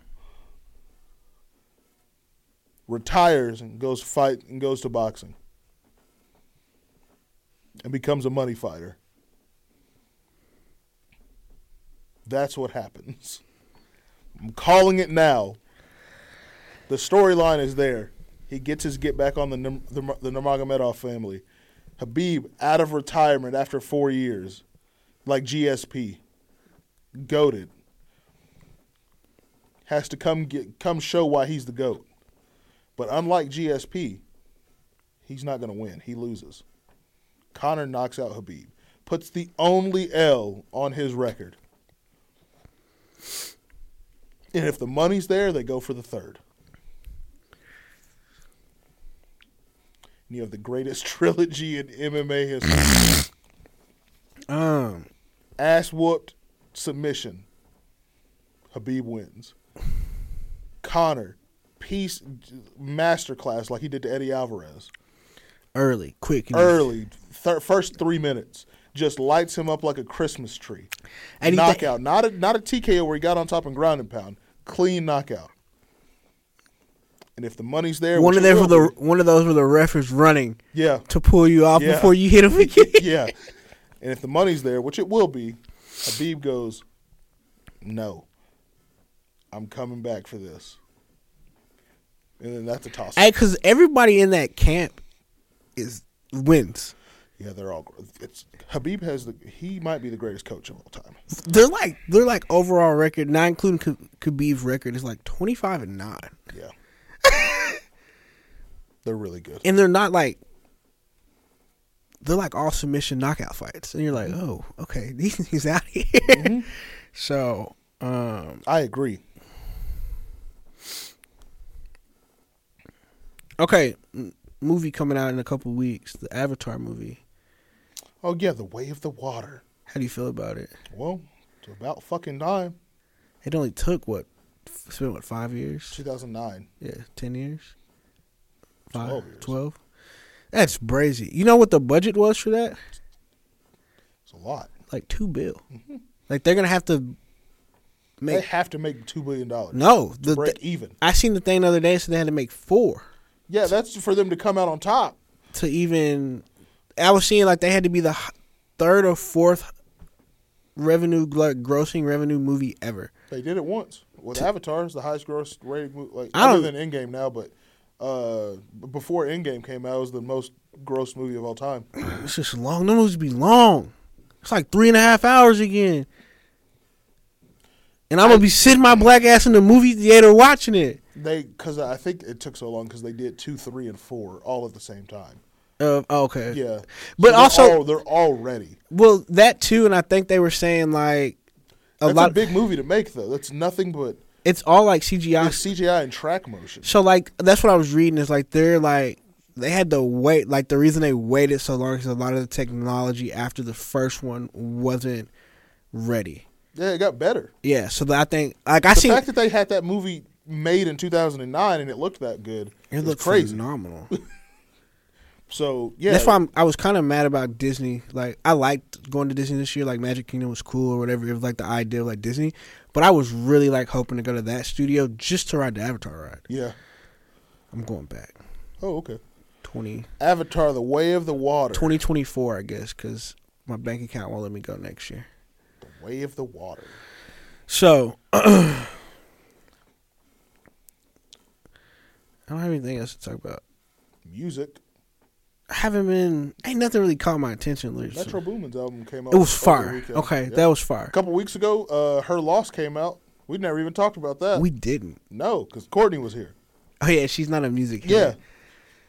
A: retires and goes fight and goes to boxing, and becomes a money fighter. That's what happens. I'm calling it now. The storyline is there. He gets his get back on the Nurm- the, Nurm- the Nurmagomedov family. Habib out of retirement after four years, like GSP, goaded. Has to come get come show why he's the goat. But unlike GSP, he's not going to win. He loses. Connor knocks out Habib, puts the only L on his record. And if the money's there, they go for the third. And you have the greatest trilogy in MMA history.
B: Um,
A: Ass whooped submission. Habib wins. Connor, peace masterclass like he did to Eddie Alvarez.
B: early, quick, and easy.
A: Early, thir- first three minutes, just lights him up like a Christmas tree.
B: And he th-
A: knockout, not a not a TKO where he got on top and ground and pound. Clean knockout. And if the money's there,
B: One
A: which
B: of
A: it
B: them for
A: will
B: the
A: be-
B: one of those where the ref is running
A: yeah,
B: to pull you off
A: Yeah.
B: before you hit him again.
A: yeah. And if the money's there, which it will be, Habib goes, "No, I'm coming back for this." And then that's a toss.
B: Hey, cause everybody in that camp is wins.
A: Yeah, they're all. It's Habib has the. He might be the greatest coach of all time.
B: They're like they're like overall record, not including K- Khabib's record, is like twenty five and nine,
A: Yeah, they're really good.
B: and they're not like they're like all submission knockout fights, and you're like, oh, okay, he's he's out here. So, um,
A: I agree.
B: okay, m- movie coming out in a couple weeks, the Avatar movie.
A: Oh yeah, the way of the water.
B: How do you feel about it?
A: Well, it's about fucking time.
B: It only took what? f- It's been what five years?
A: 2009.
B: Yeah, ten years. Five, 12
A: 12 years.
B: That's crazy. You know what the budget was for that?
A: It's a lot.
B: Like two bill. Like they're gonna have to
A: Mm-hmm. they
B: make
A: have to make two billion dollars.
B: no. The,
A: break
B: the-
A: even.
B: I seen the thing the other day, so they had to make four
A: Yeah, that's for them to come out on top.
B: to even. I was seeing like they had to be the h- third or fourth revenue like, grossing revenue movie ever.
A: They did it once with Avatar. It's the highest gross rated movie, like
B: I
A: other
B: don't-
A: than Endgame now, but uh, b- before Endgame came out, it was the most gross movie of all time.
B: It's just long. Them movies be long. It's like three and a half hours again. And I'm gonna be sitting my black ass in the movie theater watching it.
A: They because I think it took so long because they did two, three, and four all at the same time.
B: Uh, okay.
A: Yeah, So
B: But
A: they're
B: also-
A: all- they're all ready.
B: Well, that too, and I think they were saying like a
A: That's
B: lot.
A: a big movie to make though. That's nothing but
B: it's all like CGI.
A: it's CGI and track motion.
B: So like that's what I was reading. Is like they're like they had to wait. Like the reason they waited so long is a lot of the technology after the first one wasn't ready.
A: Yeah, it got better.
B: Yeah. So that I think like I
A: The
B: seen
A: fact that they had that movie made in 2009 and it looked that good
B: it
A: is
B: looked
A: crazy.
B: phenomenal.
A: So yeah,
B: That's why I'm, I was kind of mad about Disney. Like I liked going to Disney this year. Like Magic Kingdom was cool or whatever. It was like the idea of like Disney, but I was really like hoping to go to that studio just to ride the Avatar ride.
A: yeah.
B: I'm going back
A: Oh, okay.
B: 20,
A: Avatar: The Way of the Water.
B: 2024, I guess, because my bank account won't let me go next year.
A: The Way of the Water.
B: So I don't have anything else to talk about.
A: Music.
B: I haven't been. Ain't nothing really caught my attention lately.
A: Metro Boomin's album came out.
B: It was
A: over the
B: fire.
A: weekend.
B: Okay,
A: Yeah.
B: that was fire.
A: a couple weeks ago. Uh, her loss came out. We never even talked about that.
B: We didn't.
A: no, because Courtney was here.
B: Oh yeah, she's not a music.
A: Yeah.
B: head.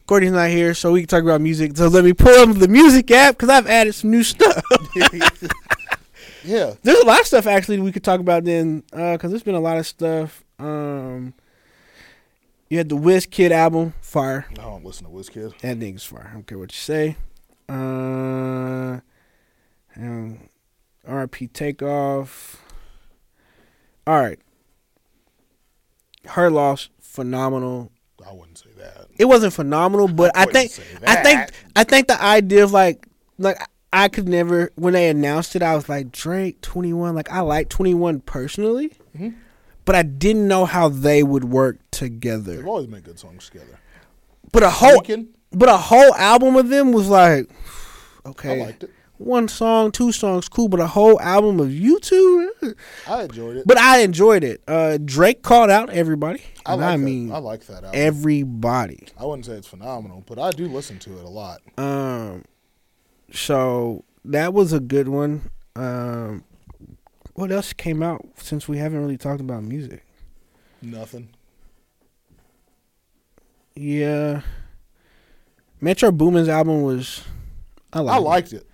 B: Courtney's not here, so we can talk about music. So let me pull up the music app because I've added some new stuff.
A: Yeah.
B: There's a lot of stuff actually we could talk about then because there's been a lot of stuff. Um, you had the Wiz Kid album, fire.
A: I don't listen to Wizkid.
B: That nigga's fire. I don't care what you say. Uh, um, RP Takeoff. All right. Her loss, phenomenal.
A: I wouldn't say that.
B: it wasn't phenomenal, but I,
A: wouldn't
B: think
A: say
B: I think
A: that.
B: I think the idea of like like I could never when they announced it, I was like Drake Twenty One. Like I like Twenty One personally,
A: Mm-hmm.
B: but I didn't know how they would work
A: They've
B: together.
A: always made good songs together.
B: But a whole
A: Weekend,
B: but a whole album of them was like okay,
A: I liked it.
B: one song, two songs, cool. But a whole album of you two,
A: I enjoyed it.
B: but I enjoyed it. Uh, Drake called out everybody,
A: I,
B: and
A: like that.
B: I, mean
A: I like that album.
B: everybody.
A: I wouldn't say it's phenomenal, but I do listen to it a lot.
B: Um, so that was a good one. Um, what else came out since we haven't really talked about music?
A: Nothing.
B: Yeah, Metro Boomin's album was
A: I, Oh. liked it.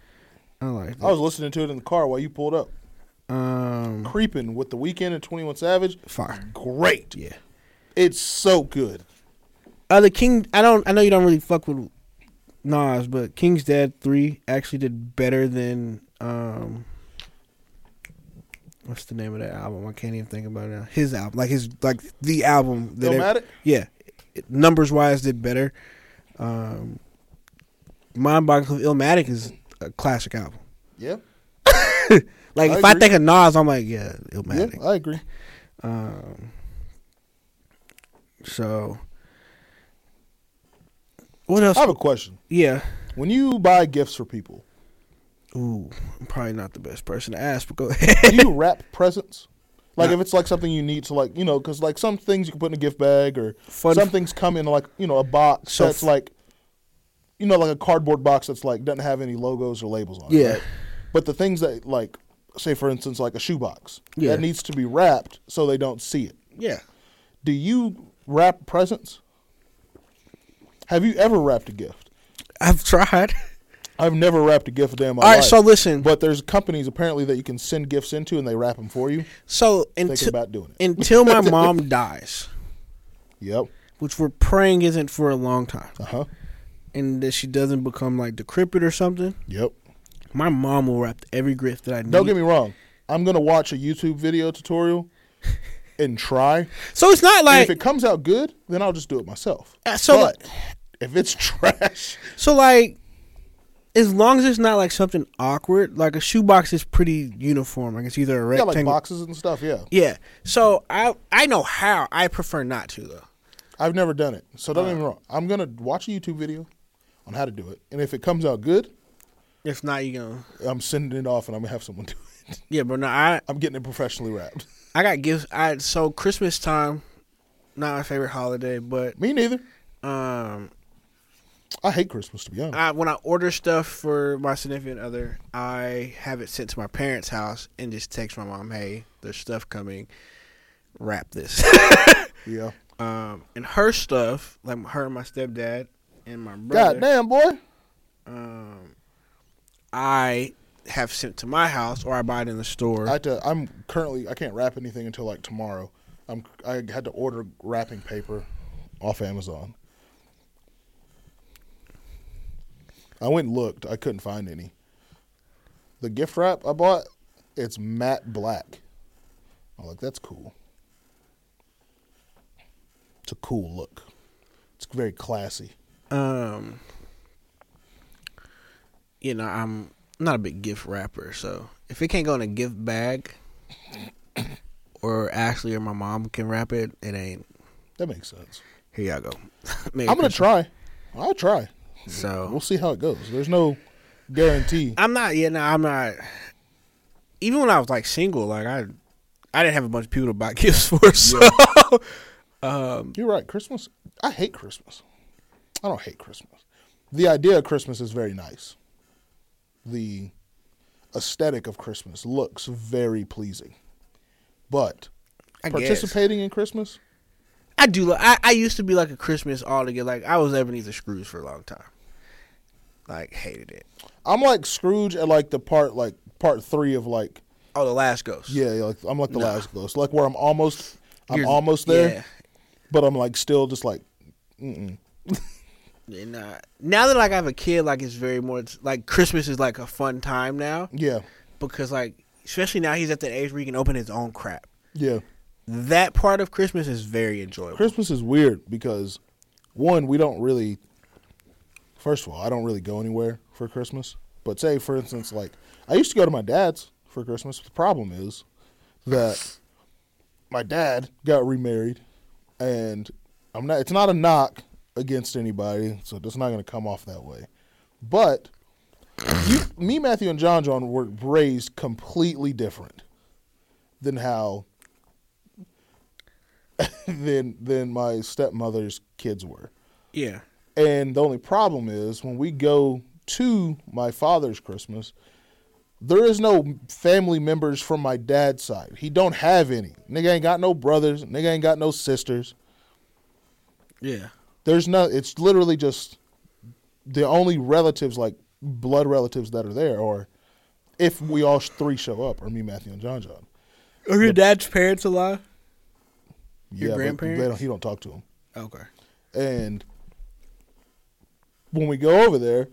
B: I liked it.
A: I was listening to it in the car while you pulled up.
B: Um,
A: Creeping with the weekend and Twenty One Savage.
B: fire.
A: Great.
B: Yeah.
A: It's so good.
B: Uh, the King. I don't. I know you don't really fuck with Nas, but King's Dad Three actually did better than um. What's the name of that album? I can't even think about it now. His album, like his, like the album. that it-
A: Illmatic?
B: Yeah, numbers wise did better. Um, Mind Boggling Illmatic is a classic album.
A: Yeah.
B: Like
A: I
B: if I
A: agree.
B: think of Nas, I'm like, yeah, Illmatic.
A: Yeah, I agree.
B: Um, so, what else?
A: I have a question.
B: yeah.
A: When you buy gifts for people,
B: Ooh, I'm probably not the best person to ask, but go ahead.
A: do you wrap presents? Like
B: No.
A: if it's like something you need to like you know because like some things you can put in a gift bag or
B: Fun-
A: some things come in like you know a box
B: So
A: that's
B: f-
A: like you know like a cardboard box that's like doesn't have any logos or labels on it.
B: Yeah.
A: right? But the things that like say for instance like a shoebox
B: Yeah.
A: that needs to be wrapped so they don't see it.
B: Yeah.
A: Do you wrap presents? Have you ever wrapped a gift?
B: I've tried.
A: I've never wrapped a gift a day in my
B: All right,
A: life.
B: so listen.
A: But there's companies apparently that you can send gifts into and they wrap them for you.
B: So
A: Thinking
B: until
A: about doing it.
B: until my mom dies,
A: Yep.
B: which we're praying isn't for a long time,
A: Uh huh.
B: and that she doesn't become like decrepit or something,
A: Yep.
B: my mom will wrap every gift that I need.
A: Don't get me wrong. I'm gonna watch a YouTube video tutorial and try.
B: so it's not
A: and if
B: like
A: it comes out good, then I'll just do it myself.
B: uh, so.
A: but if it's trash,
B: So like, as long as it's not like something awkward, like a shoebox is pretty uniform. Like it's either a
A: yeah, like
B: rectangle.
A: boxes and stuff. Yeah,
B: yeah. So I I know how. I prefer not to though.
A: I've never done it, so don't get
B: Uh.
A: me wrong. I'm gonna watch a YouTube video on how to do it, and if it comes out good,
B: If not, you gonna
A: I'm sending it off, and I'm gonna have someone do it.
B: yeah, but no, I
A: I'm getting it professionally wrapped.
B: I got gifts. I so Christmas time, not my favorite holiday, but
A: Me neither.
B: um,
A: I hate Christmas to be honest.
B: I when I order stuff for my significant other, I have it sent to my parents' house and just text my mom, "Hey, there's stuff coming. Wrap this."
A: yeah.
B: um, and her stuff, like her and my stepdad and my brother,
A: God damn boy.
B: um, I have sent to my house or I buy it in the store.
A: I had to, I'm currently I can't wrap anything until like tomorrow. I'm I had to order wrapping paper off Amazon. I went and looked. I couldn't find any. The gift wrap I bought, it's matte black. I'm like, that's cool. It's a cool look. It's very classy.
B: um, you know, I'm not a big gift wrapper, so if it can't go in a gift bag, or Ashley or my mom can wrap it, it ain't.
A: That makes sense.
B: Here y'all go. Merry
A: I'm gonna
B: Christmas.
A: try. I'll try. We'll
B: So
A: see how it goes. There's no guarantee.
B: I'm not. Yeah, no, I'm not. Even when I was like single, like I, I didn't have a bunch of people to buy gifts for. So, um,
A: You're right. Christmas. I hate Christmas. I don't hate Christmas. The idea of Christmas is very nice. The aesthetic of Christmas looks very pleasing. But
B: I guess.
A: participating in Christmas,
B: I do. li- I, I used to be like a Christmas altogether. Like I was Ebenezer Scrooge for a long time. Like hated it.
A: I'm like Scrooge at like the part like part three of like
B: Oh, the last ghost.
A: yeah like I'm like the
B: Nah.
A: last ghost like where I'm almost I'm
B: You're-
A: almost there,
B: yeah.
A: but I'm like still just like mm-mm.
B: And, uh, now that like I have a kid, like it's very more it's, like Christmas is like a fun time now
A: yeah
B: because like especially now he's at that age where he can open his own crap.
A: yeah.
B: That part of Christmas is very enjoyable.
A: Christmas is weird because one, we don't really first of all, I don't really go anywhere for Christmas. But say for instance, like I used to go to my dad's for Christmas. The problem is that my dad got remarried and I'm not it's not a knock against anybody, so it's not gonna come off that way. But you, me, Matthew, and John John were raised completely different than how than than my stepmother's kids were.
B: yeah.
A: And the only problem is when we go to my father's Christmas, there is no family members from my dad's side. He don't have any. Nigga ain't got no brothers. Nigga ain't got no sisters.
B: Yeah.
A: There's no. It's literally just the only relatives like blood relatives that are there, or if we all sh- three show up, or me, Matthew, and John John.
B: Are your dad's parents alive? Your
A: but they
B: grandparents?
A: don't- he don't talk to them.
B: Okay.
A: And when we go over there,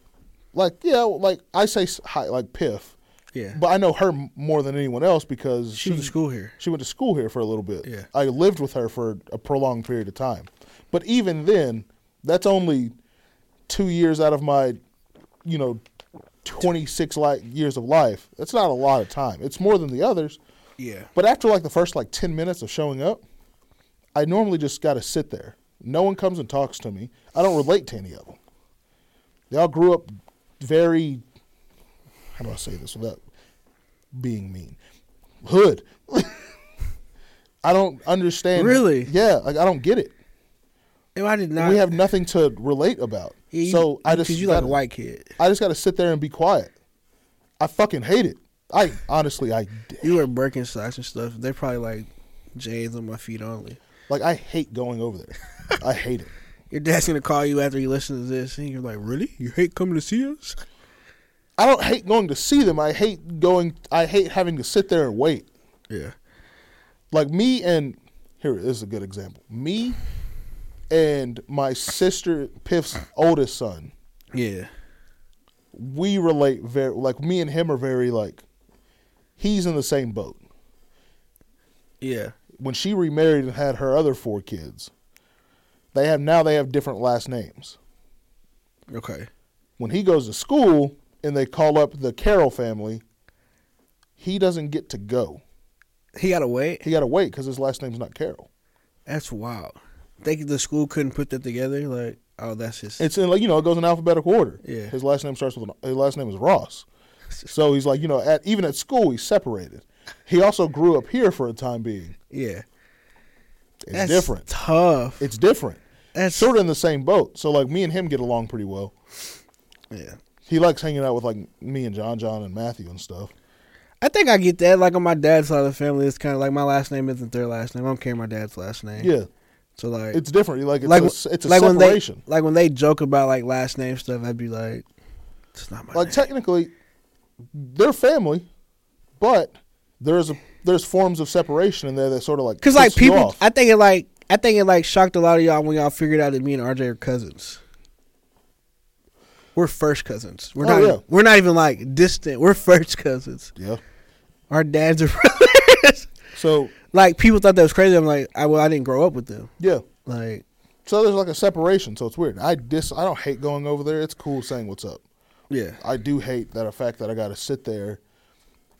A: like yeah, like I say s- hi, like Piff,
B: Yeah.
A: but I know her m- more than anyone else because
B: she was in school here.
A: She went to school here for a little bit.
B: Yeah.
A: I lived with her for a prolonged period of time. But even then, that's only two years out of my, you know, 26 li- years of life. That's not a lot of time. It's more than the others.
B: Yeah.
A: But after like the first like 10 minutes of showing up, I normally just got to sit there. No one comes and talks to me. I don't relate to any of them. They all grew up very, how do I say this without being mean? Hood. I don't understand.
B: Really?
A: Yeah, like I don't get it.
B: And I did not.
A: we have nothing to relate about. so I just
B: because you like a
A: gotta-
B: white kid.
A: I just got to sit there and be quiet. I fucking hate it. I honestly, I
B: You wear Birkenstocks and stuff. They're probably like J's on my feet only.
A: like. I hate going over there. I hate it.
B: Your dad's gonna call you after you listen to this, and you're like, "Really? You hate coming to see us?"
A: I don't hate going to see them. I hate going. I hate having to sit there and wait.
B: Yeah.
A: Like me and here this is a good example. Me and my sister Piff's oldest son.
B: Yeah.
A: We relate very like me and him are very like. He's in the same boat.
B: Yeah.
A: When she remarried and had her other four kids, they have now they have different last names.
B: Okay.
A: When he goes to school and they call up the Carroll family, he doesn't get to go.
B: He gotta wait.
A: He got to wait because his last name's not Carroll.
B: That's wild. Think the school couldn't put that together. Like, oh, that's just
A: It's in like you know it goes in alphabetical order.
B: Yeah.
A: His last name starts with an, his last name is Ross, so he's like you know at even at school he's separated. He also grew up here for a time being.
B: yeah.
A: It's
B: That's
A: different.
B: Tough.
A: It's different.
B: That's
A: Sort of in the same boat. So like me and him get along pretty well.
B: yeah.
A: He likes hanging out with like me and John, John and Matthew and stuff.
B: I think I get that. Like on my dad's side of the family, it's kind of like my last name isn't their last name. I don't carry my dad's last name.
A: Yeah,
B: So like,
A: it's different. Like it's
B: like
A: a, it's a
B: like
A: separation.
B: when they like when they joke about like last name stuff, I'd be like, it's not my
A: like
B: name.
A: technically, they're family, but there's a there's forms of separation in there that sort of like
B: Cause like
A: puts you
B: people,
A: off.
B: I think it like I think it like shocked a lot of y'all when y'all figured out that me and RJ are cousins. We're first cousins. We're
A: Oh,
B: not.
A: yeah.
B: even, we're not even like distant. We're first cousins.
A: yeah.
B: Our dads are brothers.
A: So
B: like people thought that was crazy. I'm like, I well, I didn't grow up with them.
A: yeah.
B: Like,
A: So there's like a separation, so it's weird. I dis I don't hate going over there. It's cool saying what's up.
B: yeah.
A: I do hate that a fact that I gotta sit there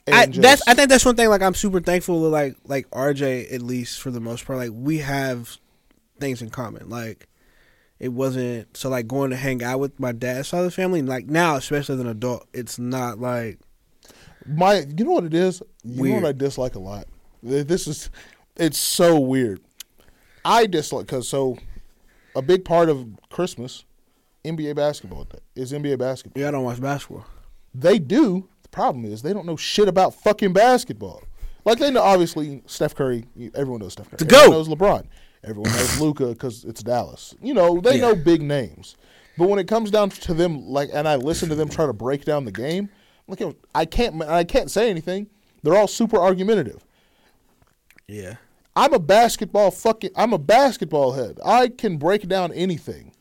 A: and
B: I,
A: just
B: that's I think that's one thing like I'm super thankful to like like RJ at least for the most part like we have things in common like it wasn't so like going to hang out with my dad's side of the family like now especially as an adult it's not like
A: my you know what it is? You know
B: Weird.
A: what I dislike a lot? Th- This is it's so weird. I dislike cause so a big part of Christmas, NBA basketball is NBA basketball.
B: yeah I don't watch basketball
A: They do. The problem is they don't know shit about fucking basketball. Like they know, obviously Steph Curry. you- Everyone knows Steph Curry.
B: The GOAT.
A: Everyone knows LeBron. Everyone knows Luca because it's Dallas. You know they
B: Yeah.
A: know big names. But when it comes down to them, like, and I listen to them try to break down the game. Look, at, I can't. I can't say anything. They're all super argumentative.
B: yeah
A: I'm a basketball fucking. I'm a basketball head. I can break down anything.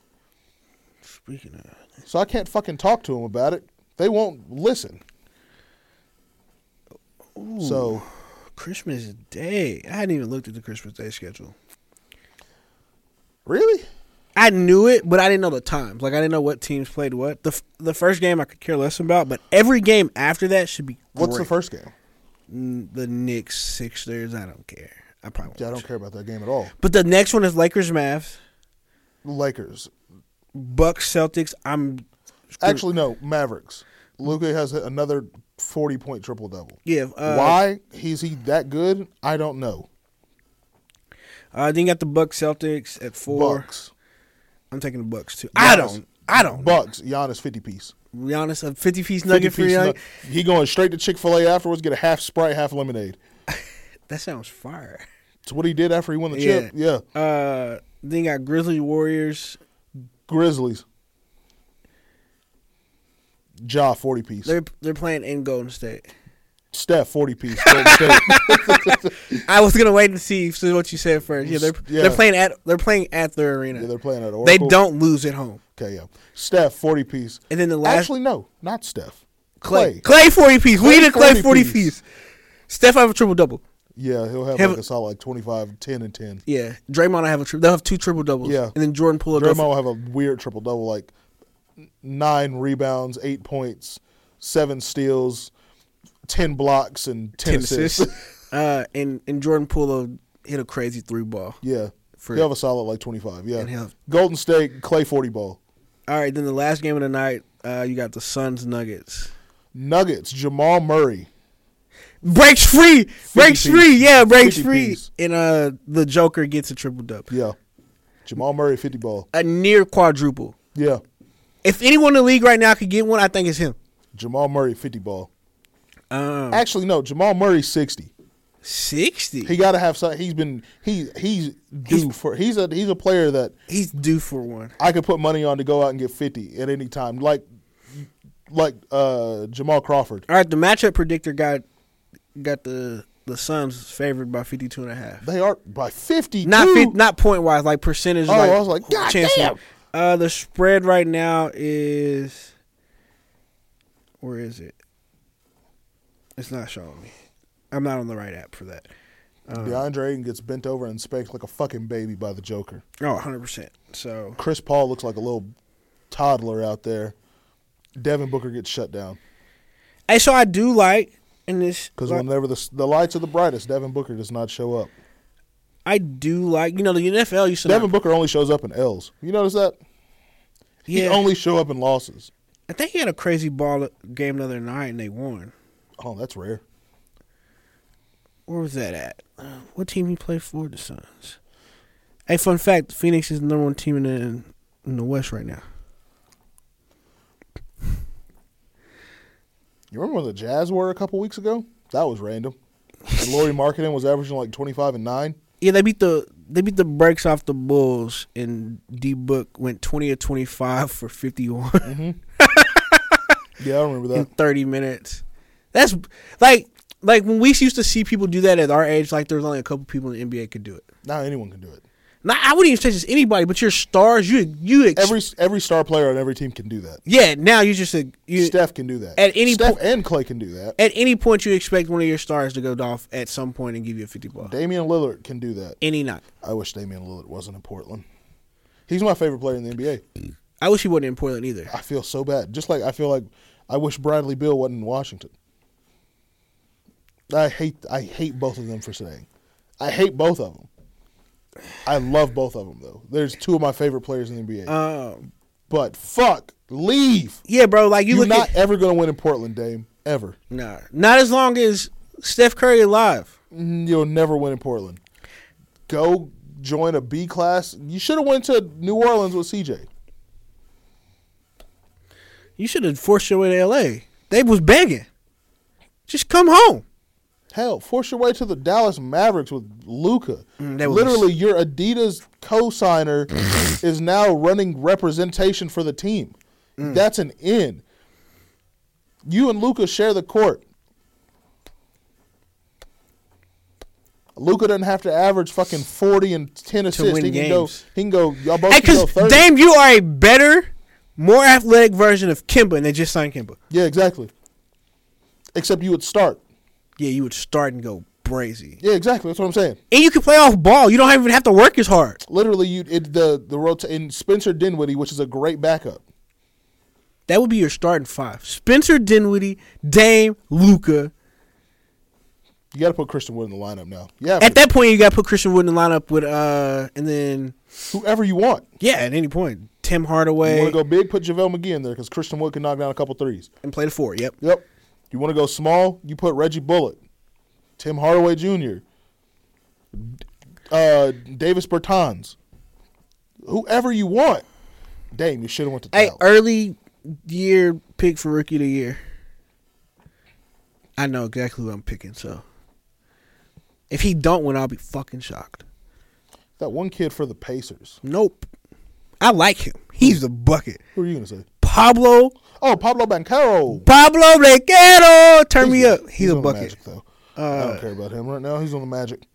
B: speaking of
A: So I can't fucking talk to them about it. They won't listen. So
B: Christmas Day I hadn't even looked at the Christmas Day schedule
A: really.
B: I knew it but I didn't know the times like I didn't know what teams played what the f- the first game I could care less about but every game after that should be
A: What's the
B: great.
A: first game?
B: N- the Knicks Sixers I don't care I probably won't
A: Yeah, I
B: watch
A: don't
B: it.
A: care about that game at all.
B: But the next one is Lakers Mavs,
A: Lakers.
B: Bucks Celtics. I'm
A: Actually, no, Mavericks. Luca has another forty point triple double.
B: yeah. Uh,
A: Why is he that good? I don't know.
B: Uh, then you got the Bucks Celtics at four.
A: Bucks.
B: I'm taking the Bucks too. I don't. I don't. But
A: Bucks. Giannis fifty piece.
B: Giannis a 50 piece
A: 50
B: nugget for
A: piece
B: Giannis.
A: nut- He going straight to Chick Fil A afterwards. Get a half Sprite, half lemonade.
B: That sounds fire.
A: It's what he did after he won the
B: Yeah.
A: chip. Yeah.
B: Uh, then you got Grizzly Warriors.
A: Grizzlies. Ja, 40 piece.
B: They're they're playing in Golden State.
A: Steph, 40 piece. Golden State.
B: I was gonna wait and see if- see what you said first. Yeah, they're
A: Yeah.
B: they're playing at they're playing at their arena.
A: Yeah, they're playing at Oracle.
B: they don't lose at home.
A: Okay, yeah. Steph, 40 piece.
B: And then the last
A: Actually, no, not Steph.
B: Clay. Clay forty piece.
A: Clay
B: we need a Clay
A: 40
B: forty
A: piece.
B: piece. Steph have a triple double.
A: Yeah, he'll have
B: Have-
A: like a solid like 25, 10, and 10.
B: Yeah. Draymond will have a triple. They'll have two triple doubles.
A: Yeah.
B: And then Jordan Poole. will go
A: Draymond
B: for-
A: will have a weird triple double, like n- nine rebounds, eight points, seven steals, ten blocks, and ten, assists.
B: uh, and and Jordan Poole will hit a crazy three ball.
A: yeah,
B: For-
A: he'll have a solid like twenty five. Yeah,
B: And he'll-
A: Golden State Clay forty ball.
B: All right. Then the last game of the night, uh, you got the Suns Nuggets.
A: Nuggets Jamal Murray.
B: Breaks free. Breaks
A: piece.
B: free. Yeah, breaks
A: 50
B: free.
A: piece.
B: And uh, the Joker gets a triple double.
A: Yeah, Jamal Murray fifty ball.
B: A near quadruple.
A: Yeah,
B: If anyone in the league right now could get one, I think it's him.
A: Jamal Murray fifty ball.
B: Um,
A: Actually, no, Jamal Murray sixty.
B: sixty.
A: He got to have something. He's been he he's due
B: He's-
A: for. He's a he's a player that
B: He's due for one.
A: I could put money on to go out and get fifty at any time. Like like uh Jamal Crawford.
B: All right, the matchup predictor got got the the Suns favored by fifty two and a half.
A: They are by fifty.
B: Not fi- not point wise, like percentage.
A: Oh,
B: like,
A: I was like, God damn.
B: Uh, the spread right now is where is it? It's not showing me. I'm not on the right app for that. Um,
A: DeAndre Ayton gets bent over and spanked like a fucking baby by the Joker.
B: Oh, 100 percent. So
A: Chris Paul looks like a little toddler out there. Devin Booker gets shut down
B: hey, so I do like in this
A: because
B: like,
A: whenever the, the lights are the brightest, Devin Booker does not show up.
B: I do like you know the NFL used to
A: Devin
B: not-
A: Booker only shows up in L's. You notice that? He
B: yeah.
A: only show up in losses.
B: I think he had a crazy ball game the other night and they won.
A: Oh, that's rare.
B: Where was that at? Uh, what team he played for? The Suns. Hey, fun fact: Phoenix is the number one team in the, in the West right now.
A: You remember when the Jazz were a couple weeks ago? That was random. And Laurie Marketing was averaging like twenty five and nine.
B: Yeah, they beat the they beat the brakes off the Bulls, and D Book went twenty or twenty five for fifty one
A: Yeah, I remember
B: in
A: that.
B: thirty minutes. That's like like when we used to see people do that at our age. Like there's only a couple people in the NBA could do it.
A: Now anyone can do it.
B: Now I wouldn't even say just anybody, but your stars, you you ex-
A: Every every star player on every team can do that.
B: yeah. Now you just a, you,
A: Steph can do that.
B: at any
A: Steph
B: po-
A: and Clay can do that.
B: at any point you expect one of your stars to go off at some point and give you a fifty ball.
A: Damian Lillard can do that.
B: Any night.
A: I wish Damian Lillard wasn't in Portland. He's my favorite player in the NBA.
B: I wish he wasn't in Portland either.
A: I feel so bad. Just like I feel like I wish Bradley Bill wasn't in Washington. I hate I hate both of them for saying. I hate both of them. I love both of them though. There's two of my favorite players in the NBA.
B: Um,
A: but fuck, leave.
B: yeah, bro. Like you
A: You are
B: look
A: not
B: at
A: ever going to win in Portland, Dame. Ever.
B: nah, not as long as Steph Curry alive.
A: Mm, You'll never win in Portland. Go join a B class. You should have went to New Orleans with CJ.
B: You should have forced your way to L.A. They was begging. Just come home.
A: Hell, force your way to the Dallas Mavericks with Luca.
B: Mm, that was-
A: Literally, your Adidas co-signer is now running representation for the team.
B: Mm.
A: That's an in. You and Luca share the court. Luca doesn't have to average fucking forty and ten assists.
B: win
A: he can go.
B: games.
A: He can go. Y'all both
B: Hey,
A: can go
B: cause
A: thirty.
B: Dame, you are a better, more athletic version of Kimba, and they just signed Kimba.
A: yeah, exactly. Except you would start.
B: Yeah, you would start and go crazy,
A: Yeah, exactly. That's what I'm saying.
B: and you can play off ball. You don't even have to work as hard.
A: Literally, you it, the the rota- and Spencer Dinwiddie, which is a great backup.
B: That would be your starting five: Spencer Dinwiddie, Dame, Luca.
A: You got to put Christian Wood in the lineup now. Yeah,
B: At that point, you got to put Christian Wood in the lineup with, uh, and then
A: whoever you want.
B: yeah, at any point, Tim
A: You
B: Hardaway
A: want to go big? Put JaVale McGee in there because Christian Wood can knock down a couple threes.
B: and play the four. Yep.
A: Yep. You want to go small? You put Reggie Bullock, Tim Hardaway Jr., uh, Davis Bertans, whoever you want. Dame, you should have went to
B: Hey, er-
A: Dallas.
B: early year pick for rookie of the year. I know exactly what I'm picking. So if he don't win, I'll be fucking shocked.
A: that one kid for the Pacers.
B: Nope. I like him. He's a bucket.
A: Who are you gonna say?
B: Pablo
A: Oh, Pablo Bancaro.
B: Pablo Requero. Turn me up. He's, a
A: on the
B: bucket.
A: Magic, though. I
B: Uh,
A: don't care about him right now. He's on the Magic.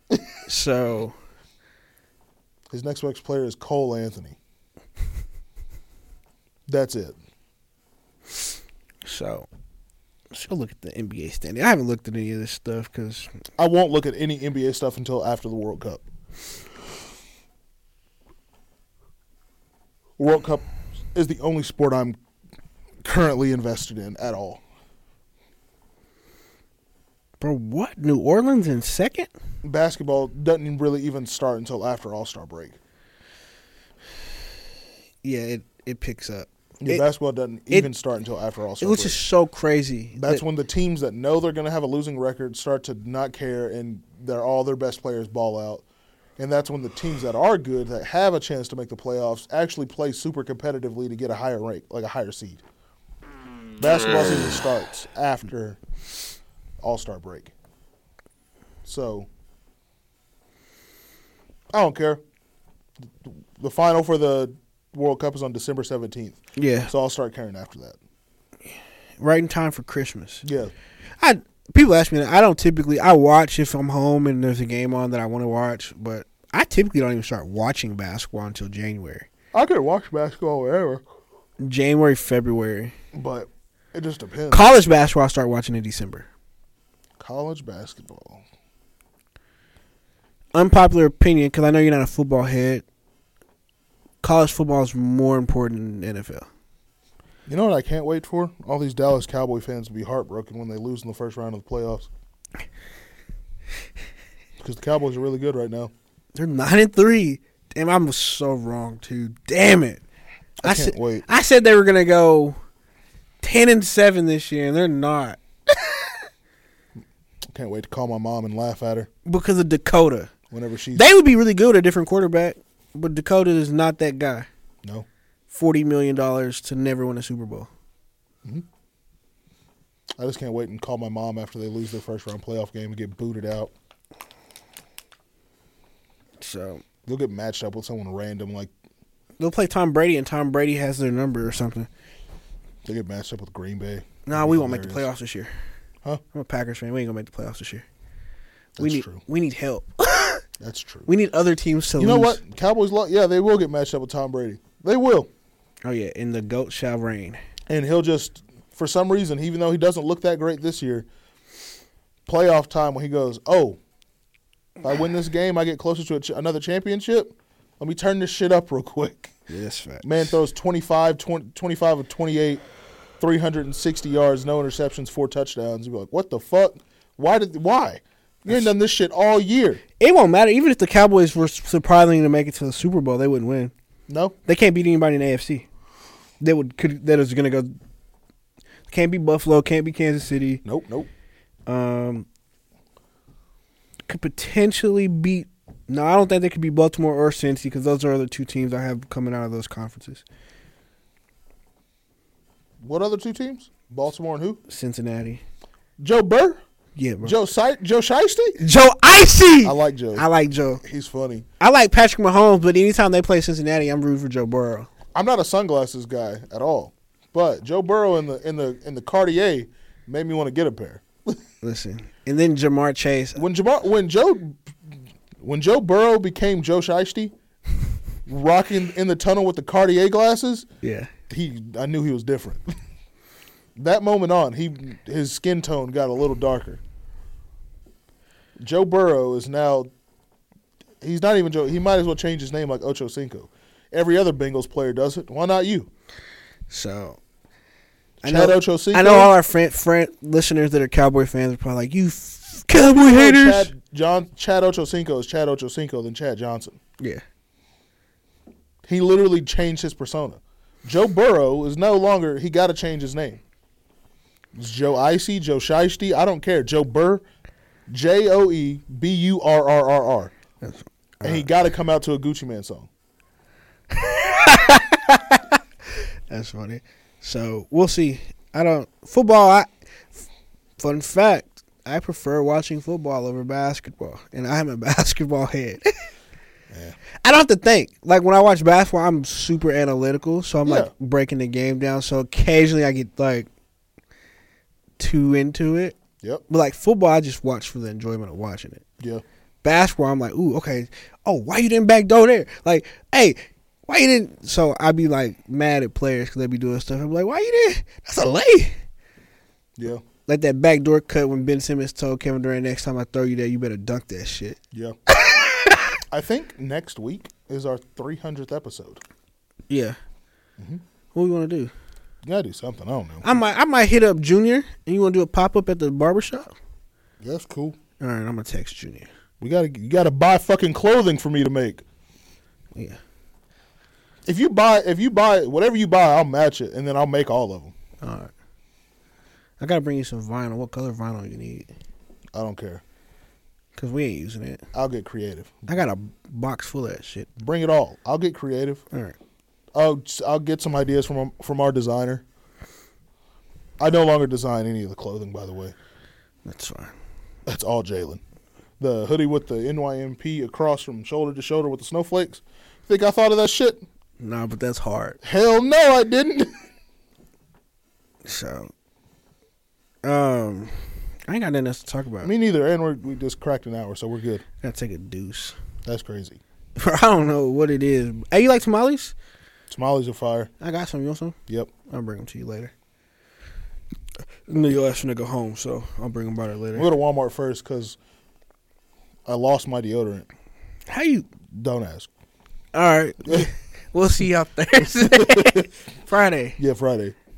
B: so
A: His next ex player is Cole Anthony. That's it.
B: so let's go look at the NBA standing. I haven't looked at any of this stuff because
A: I won't look at any NBA stuff until after the World Cup. World Cup is the only sport I'm currently invested in at all.
B: bro, what New Orleans in second?
A: Basketball doesn't really even start until after All Star break.
B: Yeah, it it picks up.
A: Yeah,
B: It-
A: basketball doesn't
B: it-
A: even start until after All
B: It
A: Star break.
B: was just so crazy.
A: That's
B: that-
A: when the teams that know they're going to have a losing record start to not care, and they're all their best players ball out. And that's when the teams that are good, that have a chance to make the playoffs, actually play super competitively to get a higher rank, like a higher seed. Basketball season starts after All Star break, so I don't care. The final for the World Cup is on December seventeenth,
B: yeah,
A: so I'll start caring after that.
B: right in time for Christmas.
A: Yeah,
B: I people ask me that. I don't typically. I watch if I'm home and there's a game on that I want to watch, but I typically don't even start watching basketball until January,
A: I could watch basketball wherever.
B: January, February.
A: but it just depends.
B: College basketball I start watching in December.
A: College basketball.
B: Unpopular opinion because I know you're not a football head. College football is more important than NFL.
A: You know what I can't wait for? All these Dallas Cowboy fans to be heartbroken when they lose in the first round of the playoffs. Because the Cowboys are really good right now.
B: They're nine and three. Damn, I'm so wrong too. Damn it.
A: I, can't
B: said,
A: wait.
B: I said they were gonna go ten and seven this year, and they're not
A: I can't wait to call my mom and laugh at her
B: because of Dakota.
A: whenever she's
B: They would be really good at a different quarterback, but Dakota is not that guy.
A: no.
B: Forty million dollars to never win a Super Bowl.
A: I just can't wait and call my mom after they lose their first round playoff game and get booted out.
B: So
A: They'll get matched up with someone random. Like
B: they'll play Tom Brady, and Tom Brady has their number or something.
A: they get matched up with Green Bay.
B: Nah, we won't make the
A: Hilarious.
B: playoffs this year.
A: Huh?
B: I'm a Packers fan. We ain't gonna make the playoffs this year. we
A: That's
B: need
A: true.
B: we need help.
A: That's true.
B: We need other teams to
A: you know
B: lose.
A: what? Cowboys. Lo- yeah, they will get matched up with Tom Brady. They will.
B: Oh yeah, and the goat shall reign.
A: and he'll just for some reason even though he doesn't look that great this year playoff time when he goes oh if i win this game i get closer to a ch- another championship let me turn this shit up real quick
B: Yeah, that's fact.
A: man throws 25 20, 25 of 28 360 yards no interceptions four touchdowns you're like what the fuck why did why you ain't done this shit all year
B: It won't matter. Even if the Cowboys were surprisingly to make it to the Super Bowl, they wouldn't win.
A: no
B: They can't beat anybody in the AFC. They would could that is gonna go. Can't be Buffalo. Can't be Kansas City.
A: nope nope
B: Um, could potentially beat. No, I don't think they could be Baltimore or Cincy because those are the two teams I have coming out of those conferences.
A: what other two teams baltimore and who
B: Cincinnati.
A: joe burr
B: Yeah, bro.
A: joe si- joe Shiesty?
B: Joe Icy.
A: i like joe
B: I like Joe.
A: he's funny
B: I like Patrick Mahomes, but anytime they play Cincinnati, I'm rooting for Joe Burrow.
A: I'm not a sunglasses guy at all, but Joe Burrow in the in the in the Cartier made me want to get a pair.
B: Listen, and then Jamar Chase.
A: When Jamar, when Joe, when Joe Burrow became Joe Shiesty, rocking in the tunnel with the Cartier glasses,
B: Yeah.
A: he I knew he was different. that moment on, he his skin tone got a little darker. Joe Burrow is now he's not even Joe. He might as well change his name like Ocho Cinco. Every other Bengals player does it. Why not you?
B: So I know
A: Chad Ochocinco.
B: I know all our friend, friend listeners that are Cowboy fans are probably like you f- Cowboy haters.
A: Chad John Chad Ochocinco is Chad Ochocinco than Chad Johnson.
B: Yeah.
A: He literally changed his persona. Joe Burrow is no longer. He got to change his name. It's Joe Icy, Joe Shiesty. I don't care. Joe Burr, J O E B U R R R R.
B: That's-
A: And he got to come out to a Gucci Man song.
B: That's funny. So we'll see. I don't football. I fun fact. I prefer watching football over basketball, and I'm a basketball head. I don't have to think. Like when I watch basketball, I'm super analytical, so I'm
A: Yeah.
B: like breaking the game down. So occasionally I get like too into it.
A: Yep.
B: But like football, I just watch for the enjoyment of watching it.
A: Yeah.
B: Basketball, I'm like, ooh, okay. Oh, why you didn't backdoor there? Like, hey, why you didn't? So I'd be like mad at players because they be doing stuff. I'm like, why you didn't? That's a lay.
A: Yeah.
B: Like that backdoor cut when Ben Simmons told Kevin Durant, next time I throw you there, you better dunk that shit.
A: Yeah. I think next week is our 300th episode.
B: Yeah. What we want to do?
A: You gotta do something. I don't know.
B: I might I might hit up Junior and you want to do a pop up at the barbershop?
A: That's cool.
B: All right, I'm gonna text Junior.
A: We gotta you gotta buy fucking clothing for me to make.
B: Yeah.
A: If you buy if you buy whatever you buy, I'll match it and then I'll make all of them.
B: All right. I gotta bring you some vinyl. What color vinyl you need?
A: I don't care.
B: Cause we ain't using it.
A: I'll get creative.
B: I got a box full of that shit.
A: Bring it all. I'll get creative.
B: All right.
A: I'll I'll get some ideas from from our designer. I no longer design any of the clothing, by the way.
B: That's fine.
A: That's all Jalen. The hoodie with the NYMP across from shoulder to shoulder with the snowflakes. Think I thought of that shit?
B: Nah, but that's hard.
A: Hell no, I didn't.
B: So um I ain't got nothing else to talk about.
A: me neither. And we're, we just cracked an hour, so we're good.
B: gotta take a deuce.
A: That's crazy.
B: Bro, I don't know what it is. Hey, you like tamales?
A: Tamales are fire.
B: I got some. You want some?
A: Yep.
B: I'll bring them to you later. No, you'll ask to go home, so I'll bring them by there later.
A: We'll go to Walmart first because I lost my deodorant.
B: How you?
A: Don't ask.
B: All right, we'll see y'all Thursday, Friday.
A: Yeah, Friday.